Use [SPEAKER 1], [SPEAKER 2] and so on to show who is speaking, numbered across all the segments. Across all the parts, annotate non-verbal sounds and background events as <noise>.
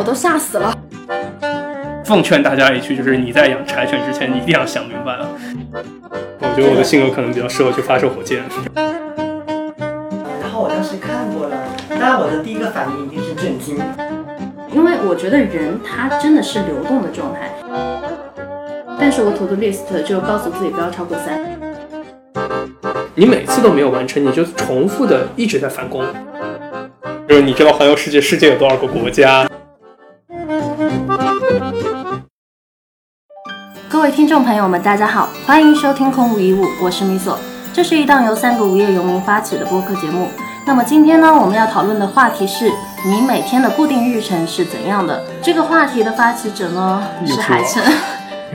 [SPEAKER 1] 哦
[SPEAKER 2] 都吓死了。
[SPEAKER 3] 奉劝大家一句，就是你在养柴犬之前，你一定要想明白了。我觉得我的性格可能比较适合去发射火箭。
[SPEAKER 4] 然后我当时看过了，但我的第一个反应一定是震惊。
[SPEAKER 1] 因为我觉得人他真的是流动的状态。但是我 to do list 就告诉自己不要超过三。
[SPEAKER 3] 你每次都没有完成，你就重复的一直在返工。就是你知道环游世界，世界有多少个国家？
[SPEAKER 1] 各位听众朋友们，大家好，欢迎收听《空无一物》，我是米索。这是一档由三个无业游民发起的播客节目。那么今天呢，我们要讨论的话题是你每天的固定日程是怎样的？这个话题的发起者呢
[SPEAKER 3] 又
[SPEAKER 1] 是
[SPEAKER 3] 是
[SPEAKER 1] 海
[SPEAKER 3] 我 <laughs>
[SPEAKER 1] 晨。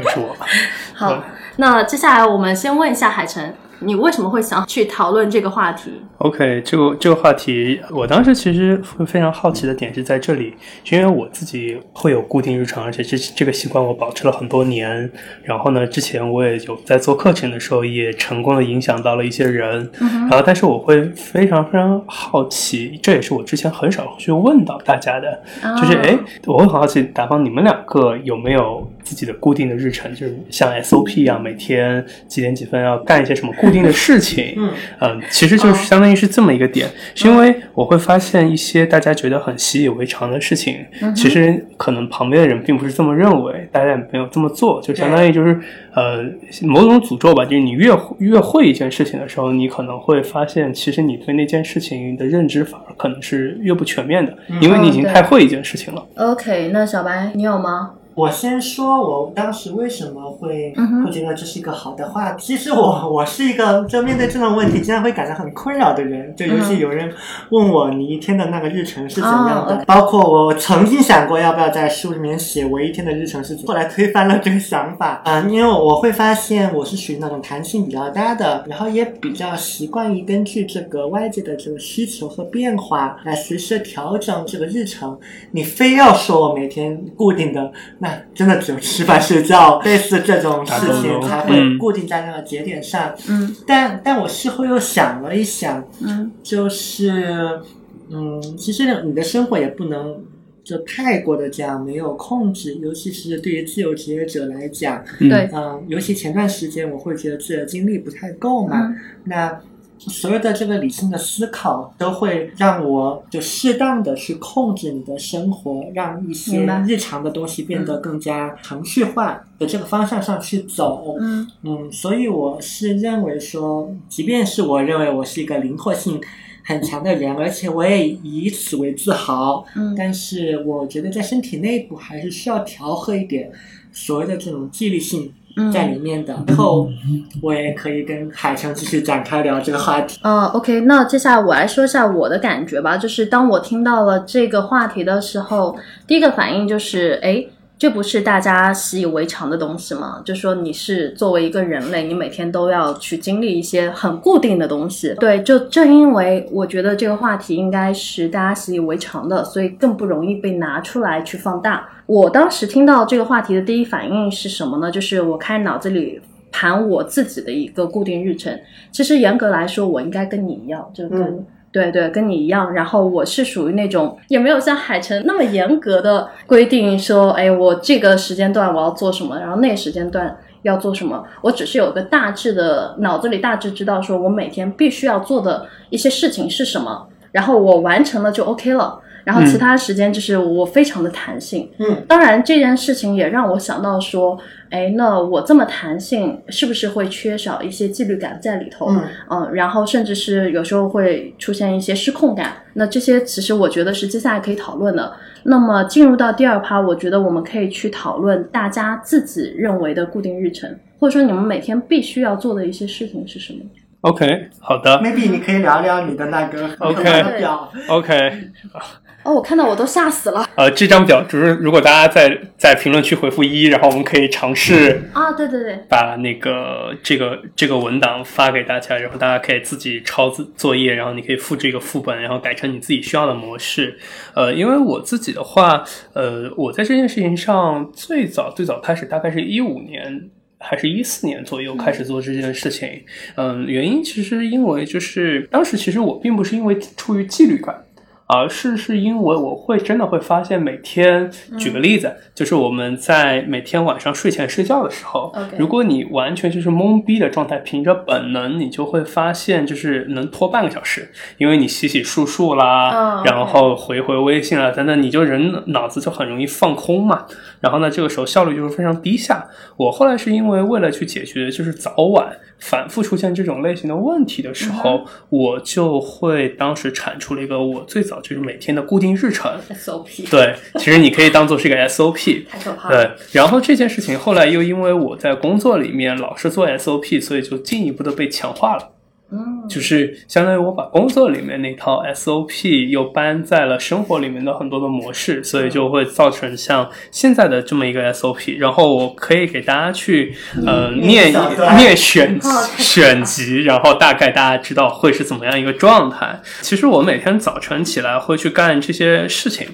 [SPEAKER 3] 又是我吧。
[SPEAKER 1] 好，那接下来我们先问一下海晨，你为什么会想去讨论这个话题？
[SPEAKER 3] OK，这个这个话题，我当时其实会非常好奇的点是在这里，是因为我自己会有固定日程，而且这这个习惯我保持了很多年。然后呢，之前我也有在做课程的时候，也成功的影响到了一些人。然后，但是我会非常非常好奇，这也是我之前很少去问到大家的，
[SPEAKER 1] 啊
[SPEAKER 3] 就是哎，诶我会很好奇，打方你们两个有没有自己的固定的日程，就是像 SOP 一样，啊每天几点几分要干一些什么固定的事
[SPEAKER 4] <laughs>
[SPEAKER 3] 情？
[SPEAKER 4] 嗯
[SPEAKER 3] 嗯，其实
[SPEAKER 1] 哦
[SPEAKER 3] 就是相当于是这么一个点，
[SPEAKER 1] 嗯
[SPEAKER 3] 是因为我会发现一些大家觉得很习以为常的事情，
[SPEAKER 1] 嗯
[SPEAKER 3] 其实可能旁边的人并不是这么认为，大家也没有这么做，就相当于就是呃某种诅咒吧，就是你越越会一件事情的时候，你可能会发现，其实你对那件事情的认知反而可能是越不全面的，因为你已经
[SPEAKER 1] 嗯
[SPEAKER 3] 太会一件事情了。
[SPEAKER 1] OK，那小白你有吗？
[SPEAKER 4] 我先说，我当时为什么会、
[SPEAKER 1] 嗯哼
[SPEAKER 4] 会觉得这是一个好的话题？其实我我是一个就面对这种问题，经常会感到很困扰的人。就尤其有人问我你一天的那个日程是怎样的，
[SPEAKER 1] 哦，OK
[SPEAKER 4] 包括我曾经想过要不要在书里面写我一天的日程是怎样，后来推翻了这个想法啊、因为我会发现我是属于那种弹性比较大的，然后也比较习惯于根据这个外界的这个需求和变化来随时地调整这个日程。你非要说我每天固定的，那真的只有吃饭睡觉类似这种事情才会固定在那个节点上。
[SPEAKER 1] 嗯
[SPEAKER 4] 但但我事后又想了一想，
[SPEAKER 1] 嗯
[SPEAKER 4] 就是嗯，其实你的生活也不能。就太过的这样没有控制，尤其是对于自由职业者来讲，
[SPEAKER 3] 嗯
[SPEAKER 1] 对
[SPEAKER 4] 嗯，尤其前段时间，我会觉得自己的精力不太够嘛。
[SPEAKER 1] 嗯
[SPEAKER 4] 那所有的这个理性的思考，都会让我就适当的去控制你的生活，让一些
[SPEAKER 1] 明白嗯
[SPEAKER 4] 日常的东西变得更加程序化的这个方向上去走。
[SPEAKER 1] 嗯
[SPEAKER 4] 嗯，所以我是认为说，即便是我认为我是一个灵活性很强的人，而且我也以此为自豪，
[SPEAKER 1] 嗯
[SPEAKER 4] 但是我觉得在身体内部还是需要调和一点所谓的这种纪律性
[SPEAKER 1] 嗯
[SPEAKER 4] 在里面的。然后我也可以跟海城继续展开聊这个话题。
[SPEAKER 1] 呃，OK，那接下来我来说一下我的感觉吧，就是当我听到了这个话题的时候，第一个反应就是，哎，这不是大家习以为常的东西吗？就说你是作为一个人类，你每天都要去经历一些很固定的东西。对，就正因为我觉得这个话题应该是大家习以为常的，所以更不容易被拿出来去放大。我当时听到这个话题的第一反应是什么呢？就是我开始脑子里盘我自己的一个固定日程。其实严格来说，我应该跟你一样，就跟、
[SPEAKER 4] 嗯
[SPEAKER 1] 对对，跟你一样。然后我是属于那种也没有像海晨那么严格的规定说，哎，我这个时间段我要做什么，然后那个时间段。要做什么？我只是有个大致的脑子里大致知道，说我每天必须要做的一些事情是什么，然后我完成了就 OK 了。然后其
[SPEAKER 3] 嗯
[SPEAKER 1] 他时间就是我非常的弹性，
[SPEAKER 4] 嗯，
[SPEAKER 1] 当然，这件事情也让我想到说，哎，那我这么弹性，是不是会缺少一些纪律感在里头？
[SPEAKER 4] 嗯
[SPEAKER 1] 嗯，然后甚至是有时候会出现一些失控感。那这些其实我觉得是接下来可以讨论的。那么进入到第二趴，我觉得我们可以去讨论大家自己认为的固定日程，或者说你们每天必须要做的一些事情是什么？
[SPEAKER 3] ，OK，好的
[SPEAKER 4] maybe 你可以聊聊你的那个
[SPEAKER 3] OK
[SPEAKER 4] 的表。
[SPEAKER 3] ，OK，
[SPEAKER 2] 哦，我看到我都吓死了。
[SPEAKER 3] 呃，这张表就是如果大家在在评论区回复一，然后我们可以尝试
[SPEAKER 1] 啊，对对对，
[SPEAKER 3] 把那个这个这个文档发给大家，然后大家可以自己抄自作业，然后你可以复制一个副本，然后改成你自己需要的模式。呃，因为我自己的话，呃，我在这件事情上最早最早开始，大概是一五年。还是一四年左右开始做这件事情，嗯，原因其实因为就是当时其实我并不是因为出于纪律感，而是是因为我会真的会发现，每天举个例子，就是我们在每天晚上睡前睡觉的时候
[SPEAKER 1] OK
[SPEAKER 3] 如果你完全就是懵逼的状态，凭着本能，你就会发现就是能拖半个小时，因为你洗洗漱漱啦
[SPEAKER 1] 嗯，OK
[SPEAKER 3] 然后回回微信啊等等，你就人脑子就很容易放空嘛。然后呢，这个时候效率就是非常低下。我后来是因为为了去解决就是早晚反复出现这种类型的问题的时
[SPEAKER 1] 嗯
[SPEAKER 3] 候，我就会当时产出了一个我最早就是每天的固定日程。
[SPEAKER 1] SOP，，
[SPEAKER 3] 对，其实你可以当做是一个 SOP。
[SPEAKER 1] 太可怕了。
[SPEAKER 3] 对，然后这件事情后来又因为我在工作里面老是做 SOP，所以就进一步的被强化了。
[SPEAKER 1] 嗯，
[SPEAKER 3] 就是相当于我把工作里面那套 SOP 又搬在了生活里面的很多的模式，所以就会造成像现在的这么一个 SOP。然后我可以给大家去呃
[SPEAKER 4] 嗯
[SPEAKER 3] 念
[SPEAKER 4] 念一段
[SPEAKER 3] 念选
[SPEAKER 1] 哦太
[SPEAKER 3] 选集，然后大概大家知道会是怎么样一个状态。其实我每天早晨起来会去干这些事情，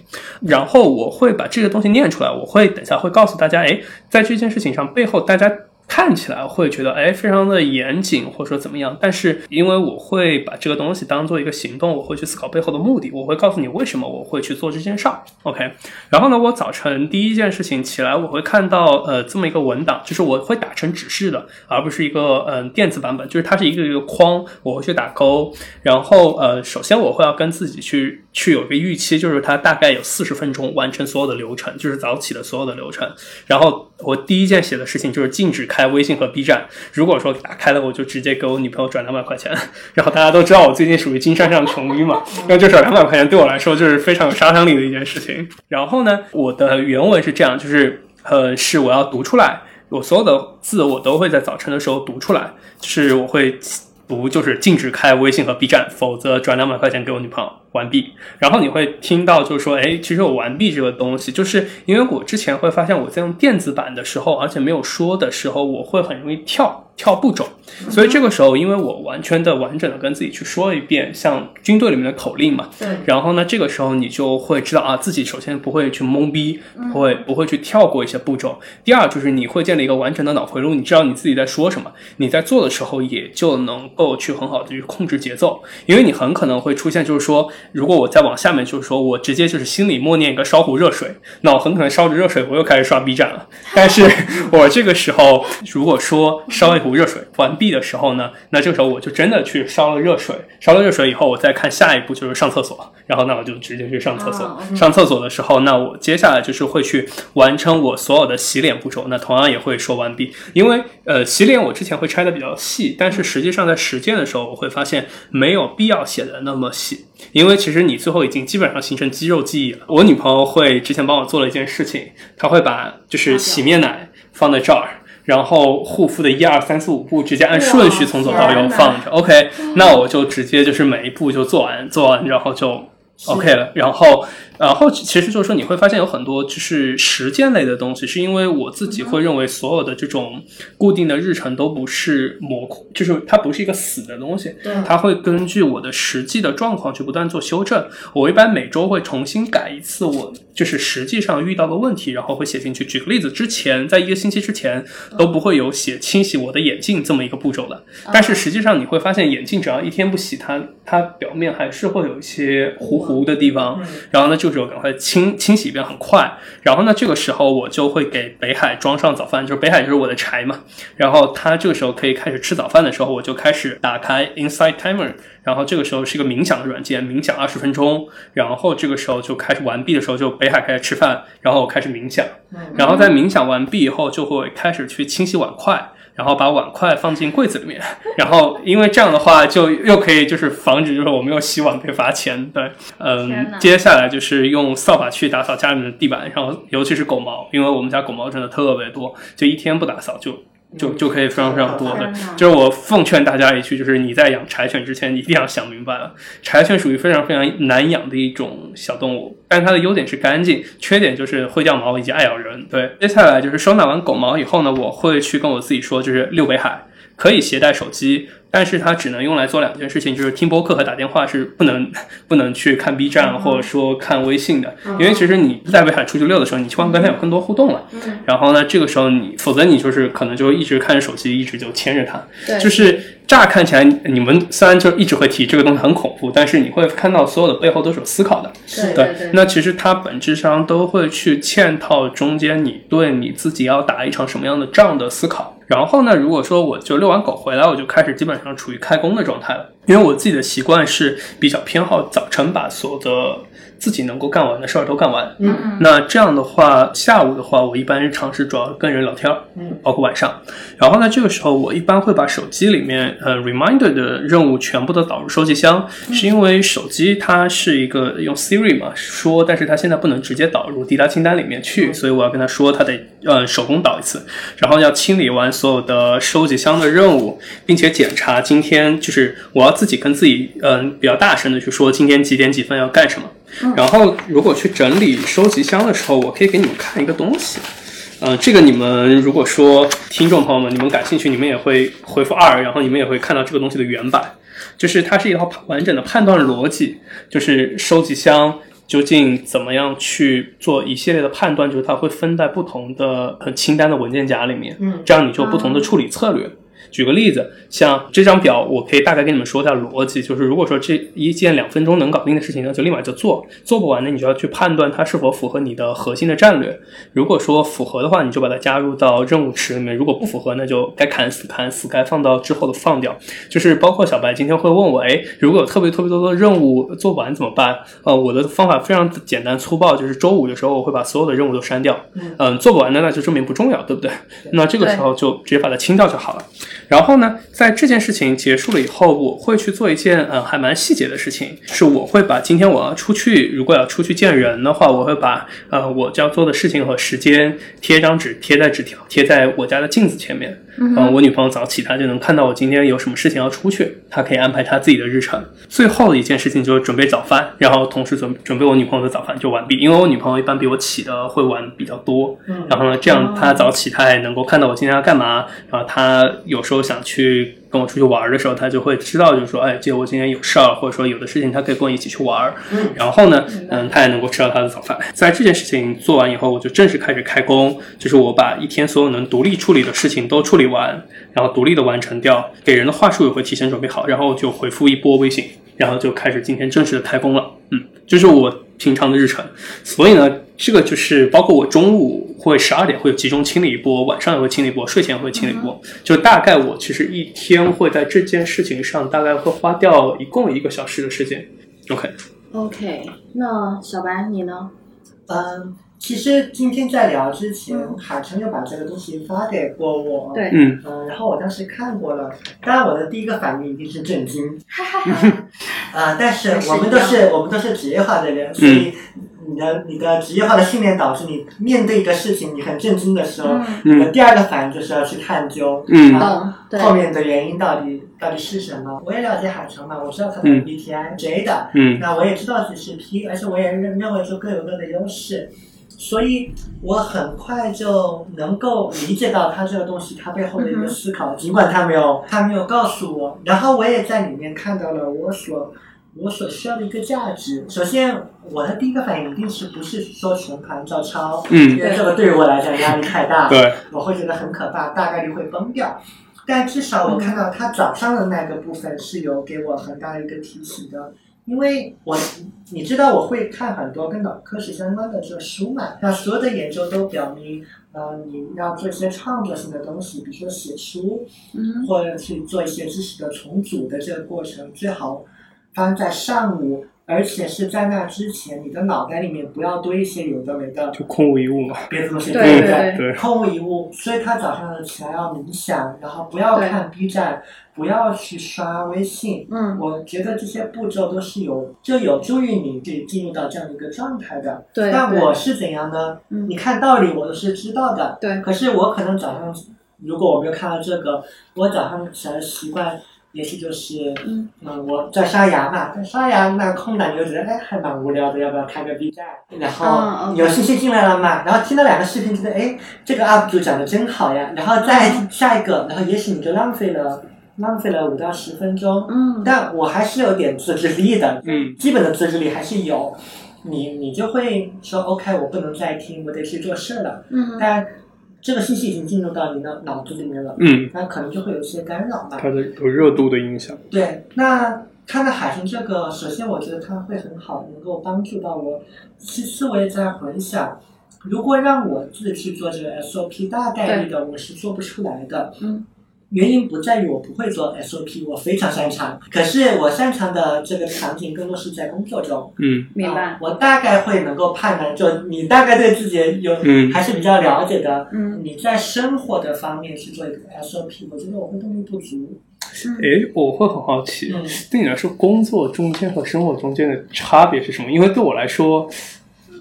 [SPEAKER 3] 然后我会把这个东西念出来，我会等一下会告诉大家，哎，在这件事情上背后大家。看起来会觉得哎非常的严谨，或者说怎么样，但是因为我会把这个东西当做一个行动，我会去思考背后的目的，我会告诉你为什么我会去做这件事儿。OK，然后呢，我早晨第一件事情起来，我会看到呃这么一个文档，就是我会打成指示的，而不是一个嗯、呃电子版本，就是它是一个一个框，我会去打勾。然后呃，首先我会要跟自己去去有一个预期，就是它大概有四十分钟完成所有的流程，就是早起的所有的流程。然后我第一件写的事情就是禁止开微信和 B 站。如果说打开了，我就直接给我女朋友转两百块钱。然后大家都知道我最近属于经商上的穷逼嘛，那这转两百块钱对我来说就是非常有杀伤力的一件事情。然后呢，我的原文是这样，就是呃，是我要读出来，我所有的字我都会在早晨的时候读出来，就是我会读，就是禁止开微信和 B 站，否则转两百块钱给我女朋友。完毕。然后你会听到就是说，哎，其实我完毕这个东西，就是因为我之前会发现我在用电子版的时候，而且没有说的时候，我会很容易跳跳步骤。所以这个时候，因为我完全的完整的跟自己去说一遍，像军队里面的口令嘛，
[SPEAKER 1] 对，
[SPEAKER 3] 然后呢，这个时候你就会知道啊，自己首先不会去懵逼，不会不会去跳过一些步骤。第二就是你会建立一个完整的脑回路，你知道你自己在说什么，你在做的时候也就能够去很好的去控制节奏，因为你很可能会出现就是说，如果我再往下面就是说我直接就是心里默念一个烧壶热水，那我很可能烧着热水我又开始刷 B 站了。但是我这个时候如果说烧一壶热水完毕的时候呢，那这个时候我就真的去烧了热水，烧了热水以后，我再看下一步就是上厕所，然后那我就直接去上厕所。
[SPEAKER 1] 哦
[SPEAKER 3] 上厕所的时候，那我接下来就是会去完成我所有的洗脸步骤，那同样也会说完毕。因为呃，洗脸我之前会拆的比较细，但是实际上在实践的时候，我会发现没有必要写的那么细。因为其实你最后已经基本上形成肌肉记忆了。我女朋友会之前帮我做了一件事情，她会把就是洗面奶放在这儿，然后护肤的一二三四五步直接按顺序从左到右放着。OK，那哦我就直接就是每一步就做完，做完然后就 OK 了。然后，然后其实就是说你会发现有很多就是实践类的东西，是因为我自己会认为所有的这种固定的日程都不是模糊，就是它不是一个死的东西，
[SPEAKER 1] 对
[SPEAKER 3] 它会根据我的实际的状况去不断做修正。我一般每周会重新改一次我就是实际上遇到的问题，然后会写进去。举个例子，之前在一个星期之前都不会有写清洗我的眼镜这么一个步骤的，但
[SPEAKER 1] 嗯
[SPEAKER 3] 是实际上你会发现眼镜只要一天不洗，它它表面还是会有一些糊糊的地
[SPEAKER 4] 嗯
[SPEAKER 3] 方。然后呢，这个时候赶快清清洗一遍，很快。然后呢，这个时候我就会给北海装上早饭，就是北海就是我的柴嘛。然后他这个时候可以开始吃早饭的时候，我就开始打开 Inside Timer，然后这个时候是一个冥想的软件，冥想二十分钟。然后这个时候就开始完毕的时候，就北海开始吃饭，然后我开始冥想。
[SPEAKER 4] 嗯
[SPEAKER 3] 然后
[SPEAKER 1] 嗯
[SPEAKER 3] 在冥想完毕以后，就会开始去清洗碗筷，然后把碗筷放进柜子里面。 <laughs> 然后因为这样的话，就又可以就是防止就是我没有洗碗被罚钱。对，
[SPEAKER 1] 天
[SPEAKER 3] 嗯
[SPEAKER 1] 哪，
[SPEAKER 3] 接下来就是用扫把去打扫家里面的地板，然后尤其是狗毛，因为我们家狗毛真的特别多，就一天不打扫就。就就可以非常非常多的
[SPEAKER 1] 天哪，
[SPEAKER 3] 就是我奉劝大家一句，就是你在养柴犬之前，你一定要想明白了，柴犬属于非常非常难养的一种小动物，但它的优点是干净，缺点就是会掉毛以及爱咬人。对，接下来就是收纳完狗毛以后呢，我会去跟我自己说，就是遛北海。可以携带手机，但是它只能用来做两件事情，就是听播客和打电话是不能不能去看 B 站或者说看微信的，因为其实你在北海出去溜的时候，你希望跟他有更多互动了。然后呢，这个时候你，否则你就是可能就一直看着手机，一直就牵着它。
[SPEAKER 1] 嗯
[SPEAKER 2] 对
[SPEAKER 3] 就是乍看起来，你们虽然就一直会提这个东西很恐怖，但是你会看到所有的背后都是有思考的。
[SPEAKER 1] 对
[SPEAKER 3] 对那其实它本质上都会去嵌套中间你对你自己要打一场什么样的仗的思考。然后呢，如果说我就遛完狗回来，我就开始基本上处于开工的状态了，因为我自己的习惯是比较偏好早晨把所有的自己能够干完的事儿都干完。
[SPEAKER 4] 嗯
[SPEAKER 3] 那这样的话，下午的话，我一般尝试主要跟人聊天，
[SPEAKER 4] 嗯，
[SPEAKER 3] 包括晚上。然后呢，这个时候我一般会把手机里面呃 reminder 的任务全部都导入收集箱，
[SPEAKER 4] 嗯
[SPEAKER 3] 是因为手机它是一个用 Siri 嘛说，但是它现在不能直接导入滴答清单里面
[SPEAKER 4] 嗯
[SPEAKER 3] 去，所以我要跟他说，他得呃手工导一次，然后要清理完所有的收集箱的任务，并且检查今天就是我要自己跟自己嗯、呃比较大声的去说今天几点几分要干什么。然后如果去整理收集箱的时候，我可以给你们看一个东西。呃，这个你们如果说听众朋友们，你们感兴趣，你们也会回复二，然后你们也会看到这个东西的原版，就是它是一套完整的判断逻辑，就是收集箱究竟怎么样去做一系列的判断，就是它会分在不同的很清单的文件夹里面，
[SPEAKER 4] 嗯
[SPEAKER 3] 这样你就有不同的处理策略。举个例子，像这张表，我可以大概跟你们说一下逻辑，就是如果说这一件两分钟能搞定的事情，那就立马就做；做不完呢，你就要去判断它是否符合你的核心的战略。如果说符合的话，你就把它加入到任务池里面；如果不符合，那就该砍死砍死，该放到之后的放掉。就是包括小白今天会问我，哎，如果有特别特别多的任务做完怎么办？呃，我的方法非常简单粗暴，就是周五的时候我会把所有的任务都删掉。
[SPEAKER 4] 嗯
[SPEAKER 3] 做不完的那就证明不重要，对不对？那这个时候就直接把它清掉就好了。然后呢，在这件事情结束了以后，我会去做一件呃还蛮细节的事情，是我会把今天我要出去，如果要出去见人的话，我会把呃我要做的事情和时间贴一张纸，贴在纸条，贴在我家的镜子前面。嗯、我女朋友早起，她就能看到我今天有什么事情要出去，她可以安排她自己的日程。最后的一件事情就是准备早饭，然后同时准准备我女朋友的早饭就完毕，因为我女朋友一般比我起的会晚比较多，
[SPEAKER 4] 嗯
[SPEAKER 3] 然后呢，这样他早起，他也能够看到我今天要干嘛。然后他有时候想去跟我出去玩儿的时候，他就会知道，就是说，哎，这我今天有事儿，或者说有的事情他可以跟我一起去玩儿。
[SPEAKER 4] 嗯
[SPEAKER 3] 然后呢，嗯，他也能够吃到他的早饭。在这件事情做完以后，我就正式开始开工，就是我把一天所有能独立处理的事情都处理完，然后独立的完成掉，给人的话术也会提前准备好，然后就回复一波微信，然后就开始今天正式的开工了。嗯，这、是我平常的日程。所以呢，这个就是包括我中午会十二点会集中清理一波，晚上也会清理一波，睡前也会清理一波。就大概我其实一天会在这件事情上大概会花掉一共一个小时的时间。OK，
[SPEAKER 1] OK，那小白你呢？
[SPEAKER 4] 嗯，其实今天在聊之前，海城又把这个东西发给过我。。
[SPEAKER 2] 对，
[SPEAKER 3] 嗯，
[SPEAKER 4] 嗯，然后我当时看过了，当然我的第一个反应一定是震惊，啊、但是我们都
[SPEAKER 1] 还是
[SPEAKER 4] 是我们都是职业化的人，
[SPEAKER 3] 嗯
[SPEAKER 4] 所以你的你的职业化的训练导致你面对一个事情你很震惊的时候， <laughs>
[SPEAKER 3] 嗯
[SPEAKER 4] 你的第二个反应就是要去探究，
[SPEAKER 3] 嗯
[SPEAKER 4] 啊
[SPEAKER 1] 哦对
[SPEAKER 4] 后面的原因到底到底是什么？我也了解海城嘛，我知道他的
[SPEAKER 3] 嗯
[SPEAKER 4] BTI 谁的，
[SPEAKER 3] 嗯
[SPEAKER 4] 那我也知道自己是 P，而且我也认认为说各有各的优势，所以我很快就能够理解到他这个东西它背后的一
[SPEAKER 1] 嗯
[SPEAKER 4] 个
[SPEAKER 1] 哼
[SPEAKER 4] 思考，尽管他没有他没有告诉我，然后我也在里面看到了我所我所需要的一个价值。首先，我的第一个反应一定是不是说全盘照抄，
[SPEAKER 3] 嗯，
[SPEAKER 4] 因为这个对于我来讲压力太大，
[SPEAKER 3] 对，
[SPEAKER 4] 我会觉得很可怕，大概率会崩掉。但至少
[SPEAKER 1] 嗯
[SPEAKER 4] 我看到他早上的那个部分是有给我很大的一个提醒的，因为我你知道我会看很多跟脑科学相关的这个书嘛，那所有的研究都表明，呃，你要做一些创作性的东西，比如说写书，
[SPEAKER 1] 嗯
[SPEAKER 4] 或者去做一些知识的重组的这个过程，最好发生在上午，而且是在那之前，你的脑袋里面不要堆一些有的没的
[SPEAKER 3] 就空无一物嘛。
[SPEAKER 4] 别的东西，
[SPEAKER 1] 对
[SPEAKER 4] 不
[SPEAKER 1] 对对
[SPEAKER 4] <laughs>
[SPEAKER 3] 对
[SPEAKER 4] 空无一物，所以他早上起来要冥想，然后不要
[SPEAKER 1] 对
[SPEAKER 4] 看 B 站，不要去刷微信。
[SPEAKER 1] 嗯，
[SPEAKER 4] 我觉得这些步骤都是有，就有助于你去进入到这样的一个状态的。
[SPEAKER 1] 对，
[SPEAKER 4] 但
[SPEAKER 1] 对
[SPEAKER 4] 我是怎样呢？
[SPEAKER 1] 嗯
[SPEAKER 4] 你看道理我都是知道的，
[SPEAKER 1] 对
[SPEAKER 4] 可是我可能早上，如果我没有看到这个，我早上起来的习惯也许就是，
[SPEAKER 1] 嗯
[SPEAKER 4] 嗯，我在刷牙嘛，在刷牙那空档就觉得哎还蛮无聊的，要不要开个 B 站？然
[SPEAKER 1] 哦
[SPEAKER 4] 后
[SPEAKER 1] ，OK
[SPEAKER 4] 有信息进来了嘛，然后听了两个视频，觉得哎这个 UP 主讲的真好呀，然后再下一个，然后也许你就浪费了浪费了五到十分钟，
[SPEAKER 1] 嗯
[SPEAKER 4] 但我还是有点自制力的，
[SPEAKER 3] 嗯，
[SPEAKER 4] 基本的自制力还是有。你你就会说 OK，我不能再听，我得去做事了。
[SPEAKER 1] 嗯
[SPEAKER 4] 但这个信息已经进入到你的脑子里面了，
[SPEAKER 3] 嗯，
[SPEAKER 4] 那可能就会有一些干扰嘛。
[SPEAKER 3] 它的有热度的影响。
[SPEAKER 4] 对，那看到海神这个，首先我觉得它会很好，能够帮助到我。其次，我也在回想，如果让我自己去做这个 SOP，大概率的我是做不出来的。
[SPEAKER 1] 嗯。
[SPEAKER 4] 原因不在于我不会做 SOP，我非常擅长。可是我擅长的这个场景更多是在工作中，
[SPEAKER 3] 嗯
[SPEAKER 1] 明
[SPEAKER 4] 啊
[SPEAKER 1] 白。
[SPEAKER 4] 我大概会能够判断，就你大概对自己有、
[SPEAKER 3] 嗯
[SPEAKER 4] 还是比较了解的。
[SPEAKER 1] 嗯
[SPEAKER 4] 你在生活的方面去做一个 SOP，我觉得我会动力不足。
[SPEAKER 1] 嗯
[SPEAKER 3] 诶，哎我会很好奇，
[SPEAKER 4] 嗯
[SPEAKER 3] 对你来说，工作中间和生活中间的差别是什么？因为对我来说，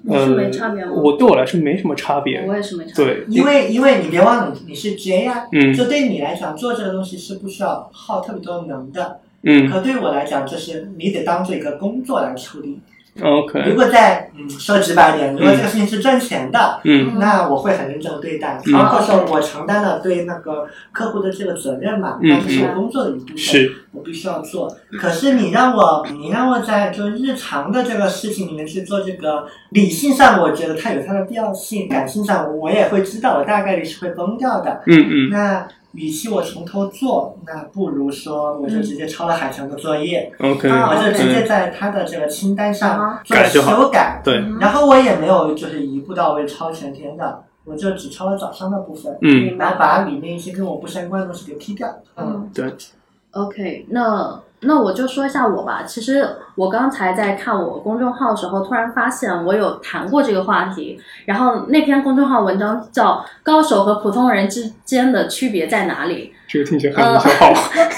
[SPEAKER 1] 你
[SPEAKER 3] 呃，
[SPEAKER 1] 是没差别吗
[SPEAKER 3] 我对我来说没什么差别。
[SPEAKER 1] 我也是没差别。
[SPEAKER 3] 对，
[SPEAKER 4] 因为因为你别忘了你你是 J 呀、
[SPEAKER 3] 嗯
[SPEAKER 4] 就对你来讲做这个东西是不需要耗特别多能的，
[SPEAKER 3] 嗯
[SPEAKER 4] 可对我来讲就是你得当做一个工作来处理。如
[SPEAKER 3] ，OK，
[SPEAKER 4] 果在嗯说直白点，如果这个事情是赚钱的。
[SPEAKER 3] 嗯
[SPEAKER 1] 嗯
[SPEAKER 4] 那我会很认真地对待，
[SPEAKER 3] 嗯
[SPEAKER 4] 包括说我承担了对那个客户的这个责任嘛，
[SPEAKER 3] 嗯
[SPEAKER 4] 那这是我工作的一部分，
[SPEAKER 3] 是，
[SPEAKER 4] 我必须要做。嗯可是你让我，你让我在就日常的这个事情里面去做这个，理性上我觉得它有它的必要性，感性上我也会知道我大概率是会崩掉的。
[SPEAKER 3] 嗯嗯
[SPEAKER 4] 那与其我从头做，那不如说我就直接抄了海城的作业，
[SPEAKER 3] ，OK，
[SPEAKER 1] 嗯
[SPEAKER 4] 我就直接
[SPEAKER 3] 嗯
[SPEAKER 4] 在他的这个清单
[SPEAKER 1] 啊
[SPEAKER 4] 上做
[SPEAKER 3] 改就好
[SPEAKER 4] 修嗯改。
[SPEAKER 3] 对，
[SPEAKER 1] 嗯
[SPEAKER 4] 然后我也没有就是一步到位抄全天的，我就只抄了早上的部分，
[SPEAKER 3] 嗯，
[SPEAKER 4] 然后把里面一些跟我不相关的东西给踢掉。嗯，
[SPEAKER 1] 嗯，
[SPEAKER 3] 对。
[SPEAKER 1] OK，那那我就说一下我吧。其实我刚才在看我公众号的时候，突然发现我有谈过这个话题。然后那篇公众号文章叫《高手和普通人之间的区别在哪里
[SPEAKER 3] 这个听起来很消耗。》，
[SPEAKER 1] 哦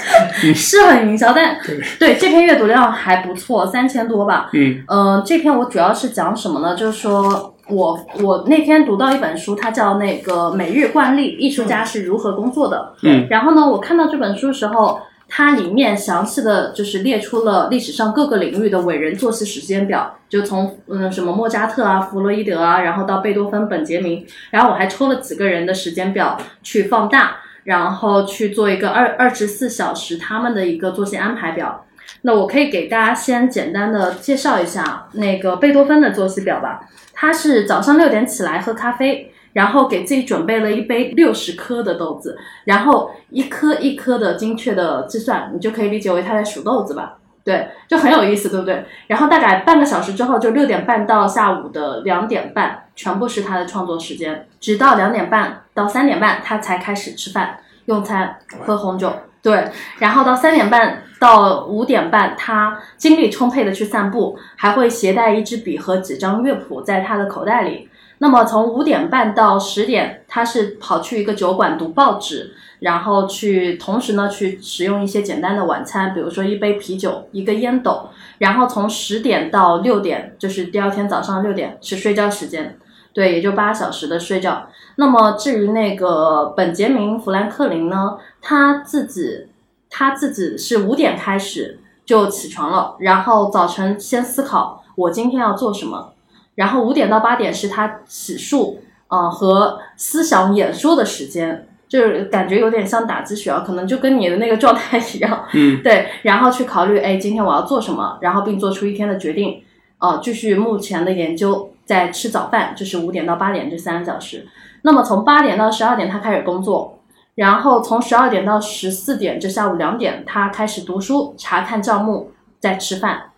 [SPEAKER 1] 是很营销，但
[SPEAKER 3] 对
[SPEAKER 1] 对这篇阅读量还不错，三千多吧。
[SPEAKER 3] 嗯
[SPEAKER 1] 呃，这篇我主要是讲什么呢？就是说我我那天读到一本书，它叫那个《每日惯例：艺术家是如何工作的》。
[SPEAKER 3] 嗯
[SPEAKER 1] 然后呢，我看到这本书的时候，它里面详细的就是列出了历史上各个领域的伟人作息时间表，就从嗯什么莫扎特啊、弗洛伊德啊，然后到贝多芬、本杰明，然后我还抽了几个人的时间表去放大，然后去做一个二二十四小时他们的一个作息安排表。那我可以给大家先简单的介绍一下那个贝多芬的作息表吧。他是早上六点起来喝咖啡，然后给自己准备了一杯六十颗的豆子，然后一颗一颗的精确的计算，你就可以理解为他在数豆子吧。对，就很有意思，对不对？然后大概半个小时之后，就六点半到下午的两点半，全部是他的创作时间，直到两点半到三点半，他才开始吃饭、用餐、喝红酒。对，然后到三点半到五点半，他精力充沛的去散步，还会携带一支笔和几张乐谱在他的口袋里。那么从五点半到十点，他是跑去一个酒馆读报纸，然后去同时呢去食用一些简单的晚餐，比如说一杯啤酒、一个烟斗。然后从十点到六点，就是第二天早上六点是睡觉时间，对，也就八小时的睡觉。那么至于那个本杰明·富兰克林呢，他自己他自己是五点开始就起床了，然后早晨先思考我今天要做什么，然后五点到八点是他洗漱啊、呃和思想演说的时间，就是感觉有点像打鸡血啊，可能就跟你的那个状态一样， <laughs>
[SPEAKER 3] 嗯
[SPEAKER 1] 对，然后去考虑，哎，今天我要做什么，然后并做出一天的决定，呃，继续目前的研究，在吃早饭，就是五点到八点这三个小时。那么从八点到十二点，他开始工作，然后从十二点到十四点，这下午两点，他开始读书、查看账目，再吃饭，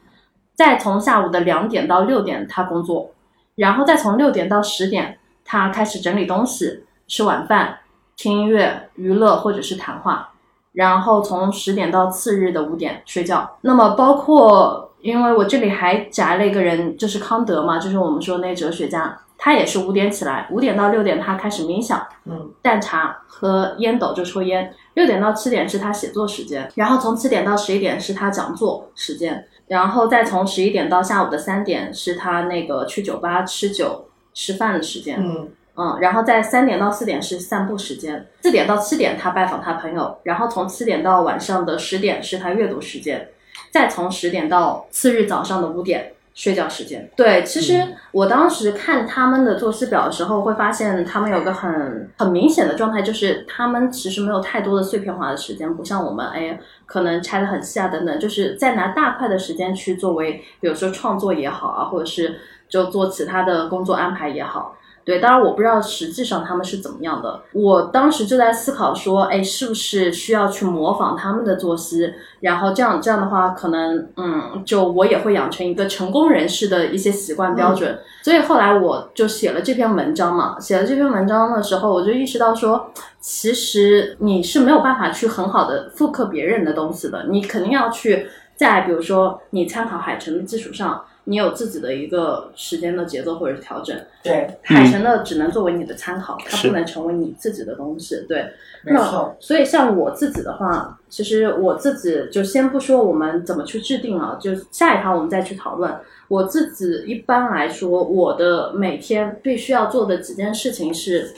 [SPEAKER 1] 再从下午的两点到六点，他工作，然后再从六点到十点，他开始整理东西、吃晚饭、听音乐、娱乐或者是谈话。然后从十点到次日的五点睡觉。那么包括，因为我这里还宅了一个人，就是康德嘛，就是我们说那哲学家，他也是五点起来，五点到六点他开始冥想，
[SPEAKER 4] 嗯，
[SPEAKER 1] 淡茶和烟斗就抽烟。六点到七点是他写作时间，然后从七点到十一点是他讲座时间，然后再从十一点到下午的三点是他那个去酒吧吃酒吃饭的时间。
[SPEAKER 4] 嗯
[SPEAKER 1] 嗯，然后在三点到四点是散步时间，四点到七点他拜访他朋友，然后从七点到晚上的十点是他阅读时间，再从十点到次日早上的五点睡觉时间。对，其实我当时看他们的作息表的时候，会发现他们有个很很明显的状态，就是他们其实没有太多的碎片化的时间，不像我们哎可能拆得很细啊等等，就是在拿大块的时间去作为，比如说创作也好啊，或者是就做其他的工作安排也好。对，当然我不知道实际上他们是怎么样的。我当时就在思考说，哎，是不是需要去模仿他们的作息？然后这样这样的话，可能嗯，就我也会养成一个成功人士的一些习惯标准。所以后来我就写了这篇文章嘛。写了这篇文章的时候，我就意识到说，其实你是没有办法去很好的复刻别人的东西的，你肯定要去在比如说你参考海城的基础上，你有自己的一个时间的节奏或者是调整。
[SPEAKER 4] 对，
[SPEAKER 3] 嗯
[SPEAKER 1] 海神的只能作为你的参考，它
[SPEAKER 3] 是
[SPEAKER 1] 不能成为你自己的东西。对，
[SPEAKER 4] 没错
[SPEAKER 1] 那，所以像我自己的话，其实我自己就先不说我们怎么去制定啊，就下一趴我们再去讨论。我自己一般来说，我的每天必须要做的几件事情是，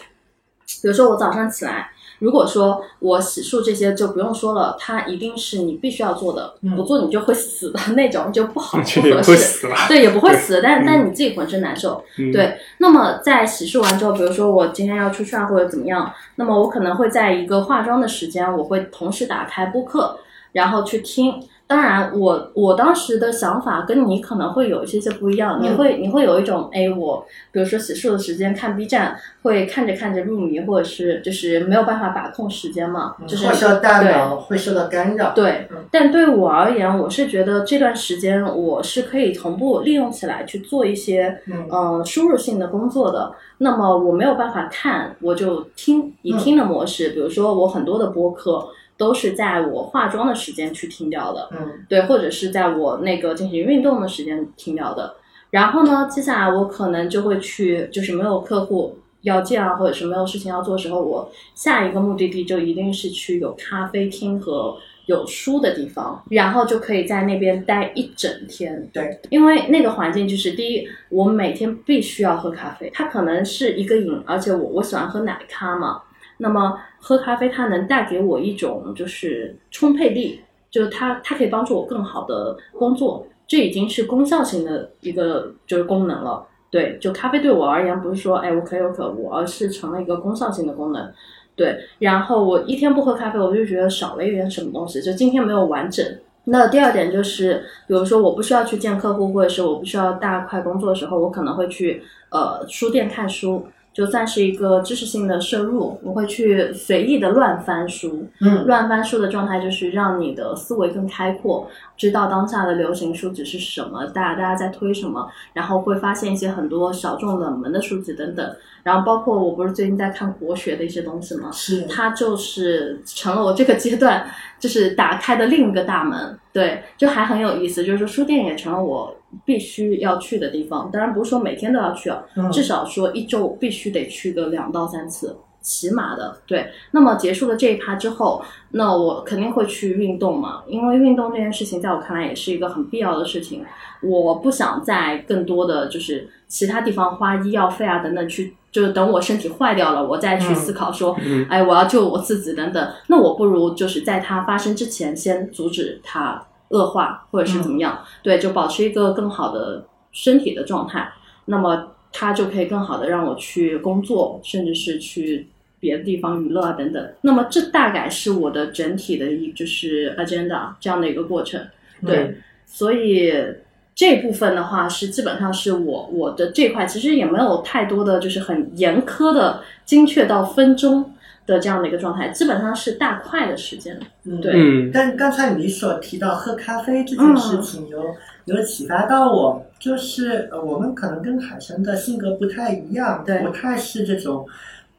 [SPEAKER 1] 比如说我早上起来，如果说我洗漱这些就不用说了，它一定是你必须要做的，
[SPEAKER 4] 嗯
[SPEAKER 1] 不做你就会死的那种，就不
[SPEAKER 3] <laughs>
[SPEAKER 1] 好，
[SPEAKER 3] <laughs> 这
[SPEAKER 1] 不
[SPEAKER 3] 也
[SPEAKER 1] 合
[SPEAKER 3] 不
[SPEAKER 1] 适。
[SPEAKER 3] 死了。
[SPEAKER 1] 对，也不会死，但
[SPEAKER 3] 嗯
[SPEAKER 1] 但你自己浑身难受。
[SPEAKER 3] 嗯，
[SPEAKER 1] 对，那么在洗漱完之后，比如说我今天要出去啊，或者怎么样，那么我可能会在一个化妆的时间，我会同时打开播客，然后去听。当然我，我当时的想法跟你可能会有一些些不一样，你
[SPEAKER 4] 嗯
[SPEAKER 1] 会你会有一种，哎，我比如说洗漱的时间看 B 站，会看着看着入迷，或者是就是没有办法把控时间嘛，就是
[SPEAKER 4] 嗯会受大
[SPEAKER 1] 嗯对
[SPEAKER 4] 脑会受到干扰。
[SPEAKER 1] 对
[SPEAKER 4] 嗯，
[SPEAKER 1] 但对我而言，我是觉得这段时间我是可以同步利用起来去做一些
[SPEAKER 4] 嗯
[SPEAKER 1] 呃输入性的工作的。那么我没有办法看，我就听，以
[SPEAKER 4] 嗯
[SPEAKER 1] 听的模式，比如说我很多的播客都是在我化妆的时间去听掉的，
[SPEAKER 4] 嗯，
[SPEAKER 1] 对，或者是在我那个进行运动的时间听掉的。然后呢，接下来我可能就会去，就是没有客户要见啊，或者是没有事情要做的时候，我下一个目的地就一定是去有咖啡厅和有书的地方，然后就可以在那边待一整天。
[SPEAKER 4] 对，
[SPEAKER 1] 因为那个环境就是第一，我每天必须要喝咖啡，它可能是一个瘾，而且我我喜欢喝奶咖嘛，那么喝咖啡它能带给我一种就是充沛力，就是它它可以帮助我更好的工作，这已经是功效性的一个就是功能了。对，就咖啡对我而言不是说哎我可有可无，而是成了一个功效性的功能。对，然后我一天不喝咖啡，我就觉得少了一点什么东西，就今天没有完整。那第二点就是，比如说我不需要去见客户，或者是我不需要大块工作的时候，我可能会去呃书店看书，就算是一个知识性的摄入，我会去随意的乱翻书。
[SPEAKER 4] 嗯，
[SPEAKER 1] 乱翻书的状态就是让你的思维更开阔，知道当下的流行书籍是什么，大大家在推什么，然后会发现一些很多小众冷门的书籍等等。然后包括我不是最近在看国学的一些东西吗？
[SPEAKER 4] 是，
[SPEAKER 1] <laughs> 它就是成了我这个阶段就是打开的另一个大门，对，就还很有意思。就是说，书店也成了我必须要去的地方，当然不是说每天都要去啊，
[SPEAKER 4] 嗯
[SPEAKER 1] 至少说一周必须得去个两到三次，起码的。对，那么结束了这一趴之后，那我肯定会去运动嘛，因为运动这件事情在我看来也是一个很必要的事情。我不想在更多的就是其他地方花医药费啊等等去，就是等我身体坏掉了，我再去
[SPEAKER 4] 嗯
[SPEAKER 1] 思考说，
[SPEAKER 3] 嗯
[SPEAKER 1] 哎，我要救我自己等等。那我不如就是在它发生之前先阻止它恶化，或者是怎么样，对，就保持一个更好的身体的状态。那么它就可以更好的让我去工作，甚至是去别的地方娱乐啊等等。那么这大概是我的整体的一就是 agenda 这样的一个过程。
[SPEAKER 4] 嗯
[SPEAKER 1] 对，所以这部分的话是基本上是我我的这块，其实也没有太多的就是很严苛的精确到分钟的这样的一个状态，基本上是大块的时间。
[SPEAKER 4] 嗯，
[SPEAKER 1] 对嗯
[SPEAKER 3] 嗯，
[SPEAKER 4] 但刚才你所提到喝咖啡这件事情有，有启发到我，就是呃我们可能跟海神的性格不太一样，
[SPEAKER 1] 对
[SPEAKER 4] 不太是这种